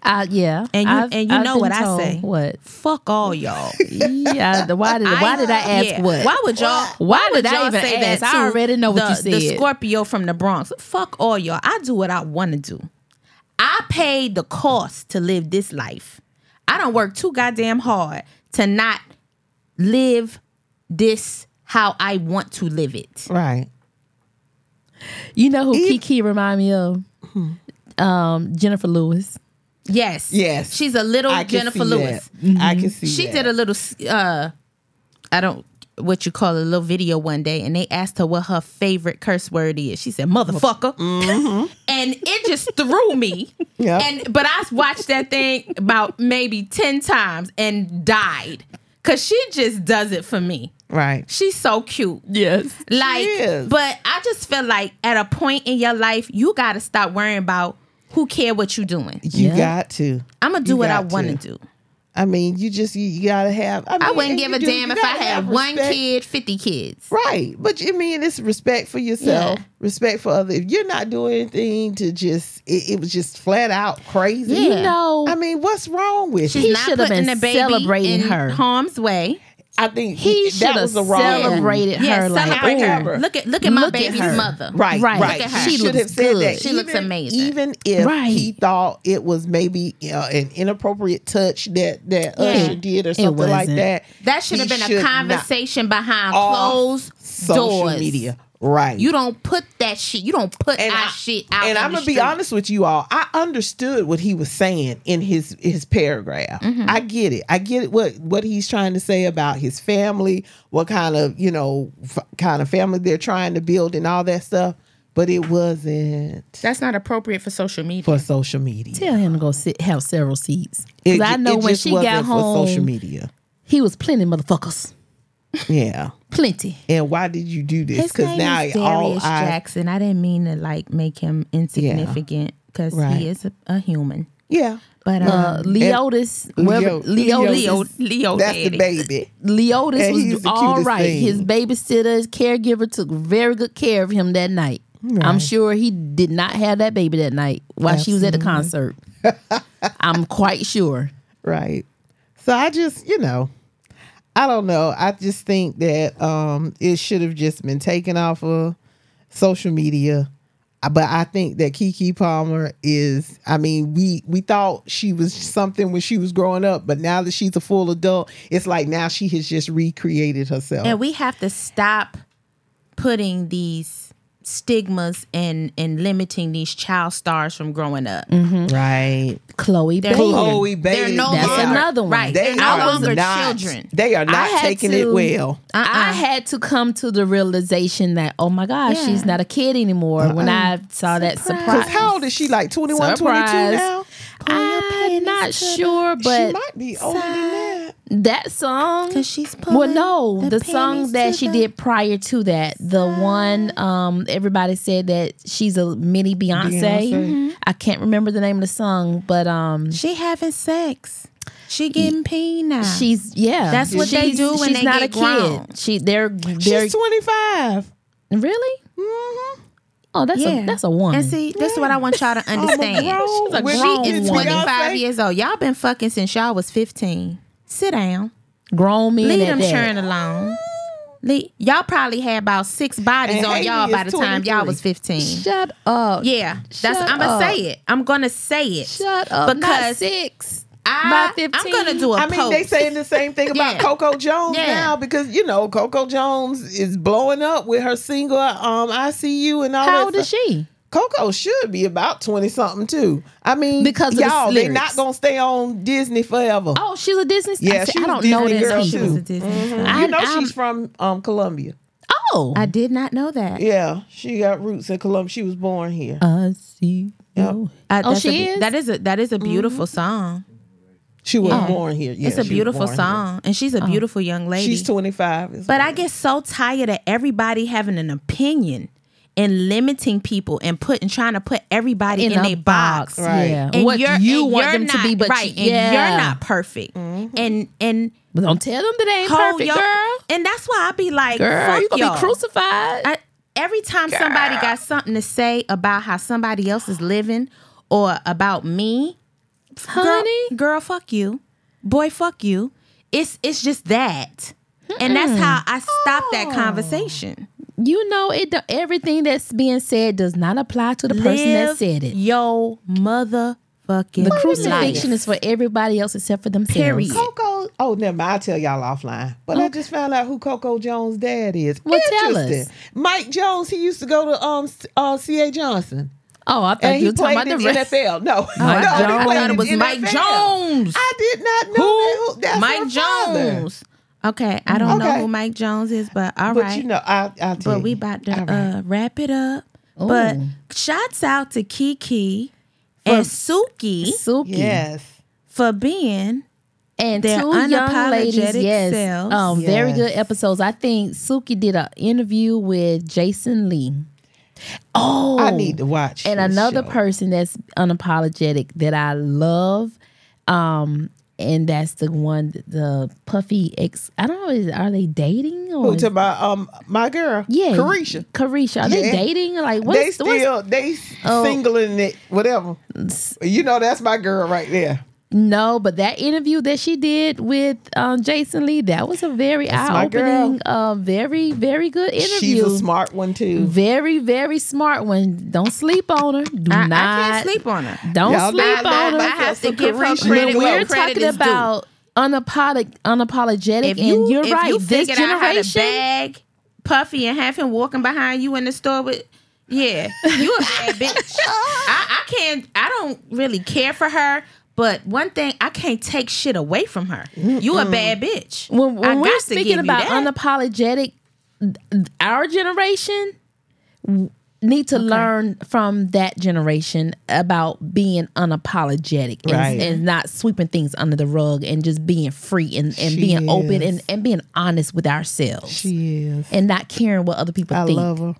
[SPEAKER 1] I, yeah.
[SPEAKER 4] And you- and you know
[SPEAKER 1] been
[SPEAKER 4] what I
[SPEAKER 1] told
[SPEAKER 4] say.
[SPEAKER 1] What?
[SPEAKER 4] Fuck all y'all.
[SPEAKER 1] Yeah. the- Why did Why did I ask
[SPEAKER 4] yeah.
[SPEAKER 1] what?
[SPEAKER 4] Why would y'all? Why,
[SPEAKER 1] Why
[SPEAKER 4] would
[SPEAKER 1] did I
[SPEAKER 4] y'all
[SPEAKER 1] even
[SPEAKER 4] say
[SPEAKER 1] ask?
[SPEAKER 4] that?
[SPEAKER 1] I
[SPEAKER 4] to
[SPEAKER 1] already know what
[SPEAKER 4] the-
[SPEAKER 1] you
[SPEAKER 4] The
[SPEAKER 1] said.
[SPEAKER 4] Scorpio from the Bronx. Fuck all y'all. I do what I want to do. I paid the cost to live this life. I don't work too goddamn hard to not live this how I want to live it.
[SPEAKER 2] Right.
[SPEAKER 1] You know who
[SPEAKER 2] If-
[SPEAKER 1] Kiki remind me of? Um, Jennifer Lewis.
[SPEAKER 4] Yes.
[SPEAKER 2] Yes.
[SPEAKER 4] She's a little
[SPEAKER 2] I can
[SPEAKER 4] Jennifer
[SPEAKER 2] see
[SPEAKER 4] Lewis. Mm-hmm.
[SPEAKER 2] That. I can see.
[SPEAKER 4] She
[SPEAKER 2] that.
[SPEAKER 4] did a little uh I don't what you call it, a little video one day and they asked her what her favorite curse word is. She said motherfucker. and it just threw me.
[SPEAKER 2] Mm-hmm. Yeah.
[SPEAKER 4] And but I watched that thing about maybe 10 times and died cuz she just does it for me.
[SPEAKER 2] right.
[SPEAKER 4] She's so cute.
[SPEAKER 1] Yes.
[SPEAKER 4] Like
[SPEAKER 2] is.
[SPEAKER 4] but I just feel like at a point in your life you got to stop worrying about who care what you doing.
[SPEAKER 2] You
[SPEAKER 1] Yeah.
[SPEAKER 2] got to.
[SPEAKER 4] I'm going to do
[SPEAKER 2] You
[SPEAKER 4] what I
[SPEAKER 2] got
[SPEAKER 4] want to
[SPEAKER 2] to.
[SPEAKER 4] do.
[SPEAKER 2] I mean, you just you, you gotta have. I, mean,
[SPEAKER 4] I wouldn't
[SPEAKER 2] and
[SPEAKER 4] give
[SPEAKER 2] you
[SPEAKER 4] a
[SPEAKER 2] do-
[SPEAKER 4] damn
[SPEAKER 2] you
[SPEAKER 4] if I
[SPEAKER 2] gotta
[SPEAKER 4] had
[SPEAKER 2] have
[SPEAKER 4] one
[SPEAKER 2] respect.
[SPEAKER 4] kid, 50 kids.
[SPEAKER 2] Right. But I mean, it's respect for yourself,
[SPEAKER 4] Yeah.
[SPEAKER 2] respect for others. If you're not doing anything to just, it, it was just flat out crazy.
[SPEAKER 1] You
[SPEAKER 4] Yeah.
[SPEAKER 1] know.
[SPEAKER 2] I mean, what's wrong with
[SPEAKER 4] She's
[SPEAKER 2] it?
[SPEAKER 1] He
[SPEAKER 4] not
[SPEAKER 1] should have
[SPEAKER 4] putting
[SPEAKER 1] been
[SPEAKER 4] the baby
[SPEAKER 1] celebrating
[SPEAKER 4] in
[SPEAKER 1] her.
[SPEAKER 4] harm's way.
[SPEAKER 2] I think
[SPEAKER 1] he should
[SPEAKER 2] that
[SPEAKER 1] have
[SPEAKER 2] was the wrong
[SPEAKER 1] celebrated her.
[SPEAKER 4] Yeah,
[SPEAKER 1] like,
[SPEAKER 4] celebrate
[SPEAKER 2] ooh.
[SPEAKER 4] her. Look at look at my
[SPEAKER 1] Look at
[SPEAKER 4] baby's
[SPEAKER 1] her.
[SPEAKER 4] mother.
[SPEAKER 2] Right,
[SPEAKER 1] Right.
[SPEAKER 2] right.
[SPEAKER 1] Look
[SPEAKER 4] at her.
[SPEAKER 2] She
[SPEAKER 4] She
[SPEAKER 2] should have
[SPEAKER 1] looks
[SPEAKER 2] said
[SPEAKER 1] good.
[SPEAKER 2] that.
[SPEAKER 4] She looks amazing.
[SPEAKER 2] Even if
[SPEAKER 1] Right.
[SPEAKER 2] he thought it was maybe you know, an inappropriate touch that that
[SPEAKER 4] Yeah.
[SPEAKER 2] Usher did or something like
[SPEAKER 1] wasn't.
[SPEAKER 2] that,
[SPEAKER 4] That should
[SPEAKER 2] he
[SPEAKER 4] have been
[SPEAKER 2] should
[SPEAKER 4] a
[SPEAKER 2] not
[SPEAKER 4] conversation behind
[SPEAKER 2] off
[SPEAKER 4] closed
[SPEAKER 2] Social
[SPEAKER 4] doors.
[SPEAKER 2] media, right?
[SPEAKER 4] You don't put that shit. You don't put
[SPEAKER 2] And
[SPEAKER 4] our
[SPEAKER 2] I-
[SPEAKER 4] shit out.
[SPEAKER 2] and
[SPEAKER 4] in
[SPEAKER 2] I'm
[SPEAKER 4] the
[SPEAKER 2] gonna be
[SPEAKER 4] street.
[SPEAKER 2] honest with you all. I understood what he was saying in his his paragraph.
[SPEAKER 4] Mm-hmm.
[SPEAKER 2] I get it. I get it. What what he's trying to say about his family, what kind of you know f- kind of family they're trying to build, and all that stuff. But it wasn't
[SPEAKER 4] That's not appropriate for social media.
[SPEAKER 2] for social media.
[SPEAKER 1] Tell him to go sit, have several seats.
[SPEAKER 2] It
[SPEAKER 1] Because I
[SPEAKER 2] ju-
[SPEAKER 1] know
[SPEAKER 2] it
[SPEAKER 1] when
[SPEAKER 2] just
[SPEAKER 1] she
[SPEAKER 2] wasn't
[SPEAKER 1] got
[SPEAKER 2] for
[SPEAKER 1] home,
[SPEAKER 2] social media.
[SPEAKER 1] he was plenty motherfuckers.
[SPEAKER 2] Yeah.
[SPEAKER 1] Plenty.
[SPEAKER 2] And why did you do this?
[SPEAKER 4] His
[SPEAKER 2] Because
[SPEAKER 4] name
[SPEAKER 2] now
[SPEAKER 4] is
[SPEAKER 2] all
[SPEAKER 4] Darius
[SPEAKER 2] I
[SPEAKER 4] Jackson. I didn't mean to like make him insignificant because
[SPEAKER 2] Right.
[SPEAKER 4] he is a, a human.
[SPEAKER 2] yeah.
[SPEAKER 4] But
[SPEAKER 1] Uh,
[SPEAKER 4] um,
[SPEAKER 1] Leotis, wherever-
[SPEAKER 2] Leo-
[SPEAKER 1] Leotis,
[SPEAKER 4] Leo, Leo,
[SPEAKER 2] That's
[SPEAKER 4] daddy.
[SPEAKER 2] the baby.
[SPEAKER 1] Leotis
[SPEAKER 2] And he's
[SPEAKER 1] was
[SPEAKER 2] the
[SPEAKER 1] all
[SPEAKER 2] cutest
[SPEAKER 1] right.
[SPEAKER 2] thing.
[SPEAKER 1] His babysitter, his caregiver took very good care of him that night. I'm sure he did not have that baby that night while she was at the concert. I'm quite sure.
[SPEAKER 2] Right. So I just, you know, I don't know. I just think that um it should have just been taken off of social media. Uh, But I think that Kiki Palmer is I mean, we we thought she was something when she was growing up, but now that she's a full adult, it's like now she has just recreated herself.
[SPEAKER 4] And we have to stop putting these stigmas and and limiting these child stars from growing up.
[SPEAKER 2] Right.
[SPEAKER 1] Chloe
[SPEAKER 4] They're-
[SPEAKER 1] Bailey.
[SPEAKER 2] Chloe
[SPEAKER 4] They're
[SPEAKER 2] Bailey.
[SPEAKER 4] no
[SPEAKER 1] Mm-hmm. That's
[SPEAKER 4] longer
[SPEAKER 1] another one.
[SPEAKER 4] Right.
[SPEAKER 2] They
[SPEAKER 4] They're no
[SPEAKER 2] are
[SPEAKER 4] longer
[SPEAKER 2] not-
[SPEAKER 4] children.
[SPEAKER 2] They are
[SPEAKER 1] I
[SPEAKER 2] not
[SPEAKER 1] had
[SPEAKER 2] taking
[SPEAKER 1] to-
[SPEAKER 2] it well.
[SPEAKER 4] Uh-uh.
[SPEAKER 1] I had to come to the realization that, oh my gosh,
[SPEAKER 4] Yeah.
[SPEAKER 1] she's not a kid anymore when I saw that surprise.
[SPEAKER 2] Because Uh-uh. how old is she? Like 21,
[SPEAKER 1] Surprise.
[SPEAKER 2] 22 now?
[SPEAKER 1] I'm not sure,
[SPEAKER 2] she
[SPEAKER 1] but
[SPEAKER 2] might be older than that.
[SPEAKER 1] that song.
[SPEAKER 4] Cause she's
[SPEAKER 1] Well,
[SPEAKER 4] pulling
[SPEAKER 1] no, the,
[SPEAKER 4] panties
[SPEAKER 1] song that
[SPEAKER 4] to
[SPEAKER 1] she
[SPEAKER 4] the-
[SPEAKER 1] did prior to that, the one um, everybody said that she's a mini Beyonce.
[SPEAKER 2] Beyonce.
[SPEAKER 4] Mm-hmm.
[SPEAKER 1] I can't remember the name of the song, but um,
[SPEAKER 4] She having sex. She getting peen now.
[SPEAKER 1] she's yeah.
[SPEAKER 4] That's what they
[SPEAKER 1] she's-
[SPEAKER 4] do when
[SPEAKER 1] she's
[SPEAKER 4] they
[SPEAKER 1] not
[SPEAKER 4] get
[SPEAKER 1] a kid.
[SPEAKER 4] grown.
[SPEAKER 1] She they're they're
[SPEAKER 2] She's 25.
[SPEAKER 1] really.
[SPEAKER 2] Mhm.
[SPEAKER 1] Oh, that's a that's a woman.
[SPEAKER 4] Mm-hmm. And see, this is what I want y'all to understand.
[SPEAKER 2] grown
[SPEAKER 1] She's a
[SPEAKER 2] woman.
[SPEAKER 1] grown
[SPEAKER 4] she is
[SPEAKER 1] woman.
[SPEAKER 4] 25
[SPEAKER 2] Beyonce.
[SPEAKER 4] years old. Y'all been fucking since y'all was 15. Sit down.
[SPEAKER 1] grown men
[SPEAKER 4] Leave
[SPEAKER 1] at
[SPEAKER 4] them
[SPEAKER 1] that.
[SPEAKER 4] children alone. Le- y'all probably had about six bodies
[SPEAKER 2] And
[SPEAKER 4] on
[SPEAKER 2] Haley
[SPEAKER 4] y'all by the
[SPEAKER 2] is
[SPEAKER 4] time y'all
[SPEAKER 2] 23.
[SPEAKER 4] was 15.
[SPEAKER 1] Shut up.
[SPEAKER 4] yeah, that's
[SPEAKER 1] Shut
[SPEAKER 4] I'm gonna
[SPEAKER 1] up.
[SPEAKER 4] say it. I'm gonna say it.
[SPEAKER 1] Shut up. Not
[SPEAKER 4] Because
[SPEAKER 1] six.
[SPEAKER 4] I,
[SPEAKER 1] By 15.
[SPEAKER 4] I'm gonna do a
[SPEAKER 2] I mean, they
[SPEAKER 4] post.
[SPEAKER 2] saying the same thing about
[SPEAKER 4] Yeah.
[SPEAKER 2] Coco Jones
[SPEAKER 4] Yeah.
[SPEAKER 2] now because you know Coco Jones is blowing up with her single um "I See You" and all
[SPEAKER 1] How
[SPEAKER 2] that.
[SPEAKER 1] old is
[SPEAKER 2] stuff.
[SPEAKER 1] she?
[SPEAKER 2] Coco should be about twenty something too. I mean,
[SPEAKER 1] Because of the
[SPEAKER 2] y'all, they not
[SPEAKER 1] lyrics.
[SPEAKER 2] gonna stay on Disney forever.
[SPEAKER 1] Oh, she's a Disney.
[SPEAKER 2] Yeah,
[SPEAKER 1] I, said,
[SPEAKER 2] she
[SPEAKER 1] I
[SPEAKER 2] was
[SPEAKER 1] don't
[SPEAKER 2] Disney
[SPEAKER 1] know this
[SPEAKER 2] girl,
[SPEAKER 1] people.
[SPEAKER 4] She was a
[SPEAKER 2] too.
[SPEAKER 4] Disney fan.
[SPEAKER 1] I,
[SPEAKER 2] you know
[SPEAKER 1] I'm-
[SPEAKER 2] she's from um, Colombia.
[SPEAKER 1] oh,
[SPEAKER 4] Mm-hmm. I did not know that.
[SPEAKER 2] Yeah, she got roots in Colombia. She was born here.
[SPEAKER 1] I see.
[SPEAKER 2] Yep.
[SPEAKER 4] I-
[SPEAKER 1] Oh,
[SPEAKER 4] that's
[SPEAKER 1] she
[SPEAKER 4] a be-
[SPEAKER 1] is?
[SPEAKER 4] That is a that is a beautiful song.
[SPEAKER 2] She was
[SPEAKER 1] Oh.
[SPEAKER 4] Yeah.
[SPEAKER 2] born here. Yeah,
[SPEAKER 4] it's a
[SPEAKER 2] Mm-hmm. she was
[SPEAKER 4] beautiful
[SPEAKER 2] born here.
[SPEAKER 4] song, and she's a beautiful young lady.
[SPEAKER 2] She's twenty five.
[SPEAKER 4] but I get so tired of everybody having an opinion and limiting people and putting trying to put everybody in,
[SPEAKER 1] a
[SPEAKER 4] a box.
[SPEAKER 2] Right.
[SPEAKER 1] Yeah.
[SPEAKER 4] And
[SPEAKER 1] what
[SPEAKER 4] you're-
[SPEAKER 1] you
[SPEAKER 4] and
[SPEAKER 1] want
[SPEAKER 4] you're
[SPEAKER 1] them to
[SPEAKER 4] not-
[SPEAKER 1] be, but
[SPEAKER 4] right,
[SPEAKER 1] you,
[SPEAKER 4] and
[SPEAKER 1] yeah.
[SPEAKER 4] you're not perfect.
[SPEAKER 2] Mm-hmm.
[SPEAKER 4] And and
[SPEAKER 1] But don't tell them that they ain't
[SPEAKER 4] hold
[SPEAKER 1] perfect,
[SPEAKER 4] your-
[SPEAKER 1] girl.
[SPEAKER 4] And that's why I be like,
[SPEAKER 1] Girl,
[SPEAKER 4] fuck
[SPEAKER 1] you gonna
[SPEAKER 4] y'all.
[SPEAKER 1] be crucified.
[SPEAKER 4] I, every time somebody got something to say about how somebody else is living or about me,
[SPEAKER 1] Honey.
[SPEAKER 4] girl, girl, fuck you, boy, fuck you. It's it's just that, and that's how I stopped that
[SPEAKER 1] Oh.
[SPEAKER 4] conversation.
[SPEAKER 1] you know it. do- Everything that's being said does not apply to the person that
[SPEAKER 4] Live
[SPEAKER 1] said it.
[SPEAKER 4] Yo, motherfucking
[SPEAKER 1] The
[SPEAKER 4] life.
[SPEAKER 1] crucifixion is for everybody else except for themselves.
[SPEAKER 4] Period.
[SPEAKER 2] Coco. Oh, never mind. I'll tell y'all offline. But I just found out who Coco Jones' dad is.
[SPEAKER 1] Well, tell us.
[SPEAKER 2] Interesting. Mike Jones. He used to go to um C- uh, C. A. Johnson,
[SPEAKER 1] Oh, I thought
[SPEAKER 2] and
[SPEAKER 1] you
[SPEAKER 2] he
[SPEAKER 1] were talking about
[SPEAKER 2] played in
[SPEAKER 1] the
[SPEAKER 2] the
[SPEAKER 1] rest.
[SPEAKER 2] NFL. No, no,
[SPEAKER 4] I
[SPEAKER 2] he
[SPEAKER 4] thought- I
[SPEAKER 2] played
[SPEAKER 4] thought
[SPEAKER 2] in
[SPEAKER 4] it was
[SPEAKER 2] the
[SPEAKER 4] Mike
[SPEAKER 2] NFL.
[SPEAKER 4] Jones.
[SPEAKER 2] I did not know who? That, who that's
[SPEAKER 4] Mike
[SPEAKER 2] her father.
[SPEAKER 4] Jones. Okay, I don't know
[SPEAKER 2] Okay.
[SPEAKER 4] who Mike Jones is, but all right.
[SPEAKER 2] But you know, I, I'll tell
[SPEAKER 4] But
[SPEAKER 2] you.
[SPEAKER 4] we about to
[SPEAKER 2] All right.
[SPEAKER 4] uh, wrap it up. But shouts out to Kiki and Suki
[SPEAKER 1] Suki.
[SPEAKER 2] yes.
[SPEAKER 4] for being
[SPEAKER 1] and
[SPEAKER 4] Their
[SPEAKER 1] two young
[SPEAKER 4] unapologetic
[SPEAKER 1] ladies. Yes,
[SPEAKER 4] selves.
[SPEAKER 1] um, very
[SPEAKER 2] Yes.
[SPEAKER 1] good episodes. I think Suki did an interview with Jason Lee. Oh,
[SPEAKER 2] I need to watch.
[SPEAKER 1] and
[SPEAKER 2] this
[SPEAKER 1] another
[SPEAKER 2] show.
[SPEAKER 1] person that's unapologetic that I love. Um, and that's the one, the puffy ex. I don't know. Is, are they dating or?
[SPEAKER 2] Who to my um my girl?
[SPEAKER 1] yeah,
[SPEAKER 2] Carisha.
[SPEAKER 1] Carisha. Are they
[SPEAKER 2] Yeah.
[SPEAKER 1] dating? Like
[SPEAKER 2] they
[SPEAKER 1] what's Oh. what's
[SPEAKER 2] still they singling it, whatever. You know, that's my girl right there.
[SPEAKER 1] No, but that interview that she did with um, Jason Lee, that was a very
[SPEAKER 2] my
[SPEAKER 1] eye-opening, uh, very, very good interview.
[SPEAKER 2] She's a smart one too.
[SPEAKER 1] very, very smart one. Don't sleep on her. Do
[SPEAKER 4] I, I
[SPEAKER 1] not
[SPEAKER 4] can't sleep on her.
[SPEAKER 1] Don't
[SPEAKER 2] Y'all
[SPEAKER 1] sleep
[SPEAKER 2] not-
[SPEAKER 1] on
[SPEAKER 2] not-
[SPEAKER 1] her.
[SPEAKER 2] not- have to give her
[SPEAKER 1] When
[SPEAKER 2] credit where
[SPEAKER 1] we're
[SPEAKER 4] credit
[SPEAKER 1] talking
[SPEAKER 4] is due.
[SPEAKER 1] about unapologetic, unapologetic,
[SPEAKER 4] if you,
[SPEAKER 1] and you're
[SPEAKER 4] if
[SPEAKER 1] right,
[SPEAKER 4] you
[SPEAKER 1] this
[SPEAKER 4] figured out how to
[SPEAKER 1] generation.
[SPEAKER 4] bag Puffy and have him walking behind you in the store with. Yeah, you a bad bitch. I, I can't. I don't really care for her. But one thing, I can't take shit away from her. You a bad bitch.
[SPEAKER 1] When, when
[SPEAKER 4] I
[SPEAKER 1] we're
[SPEAKER 4] got to give
[SPEAKER 1] speaking
[SPEAKER 4] you
[SPEAKER 1] about
[SPEAKER 4] that.
[SPEAKER 1] unapologetic, th- our generation w- need to learn from that generation about being unapologetic and,
[SPEAKER 2] Right.
[SPEAKER 1] and not sweeping things under the rug and just being free and, and
[SPEAKER 2] She
[SPEAKER 1] being open
[SPEAKER 2] is.
[SPEAKER 1] and, and being honest with ourselves
[SPEAKER 2] She is.
[SPEAKER 1] and not caring what other people
[SPEAKER 2] I
[SPEAKER 1] think.
[SPEAKER 2] love her.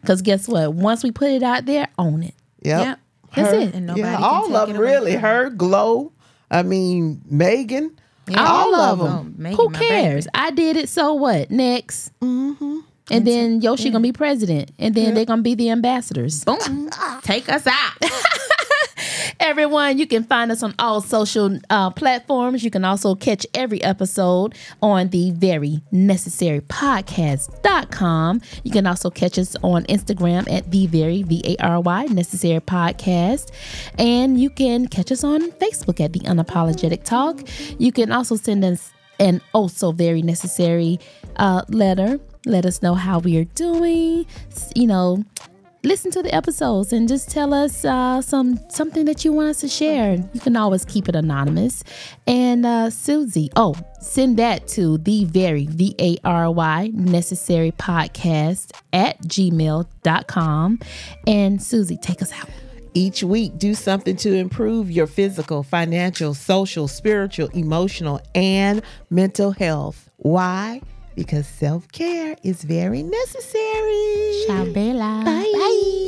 [SPEAKER 1] Because guess what? Once we put it out there, own it.
[SPEAKER 2] Yep.
[SPEAKER 4] Yep.
[SPEAKER 1] That's
[SPEAKER 2] Her-
[SPEAKER 1] it.
[SPEAKER 4] And nobody
[SPEAKER 2] Yeah,
[SPEAKER 4] can
[SPEAKER 2] all
[SPEAKER 4] take
[SPEAKER 2] of
[SPEAKER 4] it
[SPEAKER 2] them
[SPEAKER 4] away
[SPEAKER 2] really.
[SPEAKER 4] from
[SPEAKER 2] Her glow. I mean, Megan.
[SPEAKER 1] All,
[SPEAKER 2] All
[SPEAKER 1] of
[SPEAKER 2] of
[SPEAKER 1] them.
[SPEAKER 4] 'em.
[SPEAKER 1] Who
[SPEAKER 4] Megan, my
[SPEAKER 1] cares? I did it. So what? Next. Mm-hmm. And then Yoshi gonna be president, and then they're gonna be the ambassadors.
[SPEAKER 4] Boom. Take us out.
[SPEAKER 1] Everyone, you can find us on all social uh, platforms. You can also catch every episode on the very necessary podcast.com. You can also catch us on Instagram at the very V A R Y necessary podcast. And you can catch us on Facebook at the unapologetic talk. You can also send us an also very necessary uh, letter. Let us know how we are doing. S- You know, listen to the episodes and just tell us uh, some something that you want us to share. You can always keep it anonymous. And uh, Susie, oh, send that to the very V A R Y necessary podcast at gmail.com. And Susie, take us out.
[SPEAKER 2] Each week, do something to improve your physical, financial, social, spiritual, emotional, and mental health. Why? Because self care is very necessary.
[SPEAKER 1] Ciao, Bella.
[SPEAKER 2] Bye.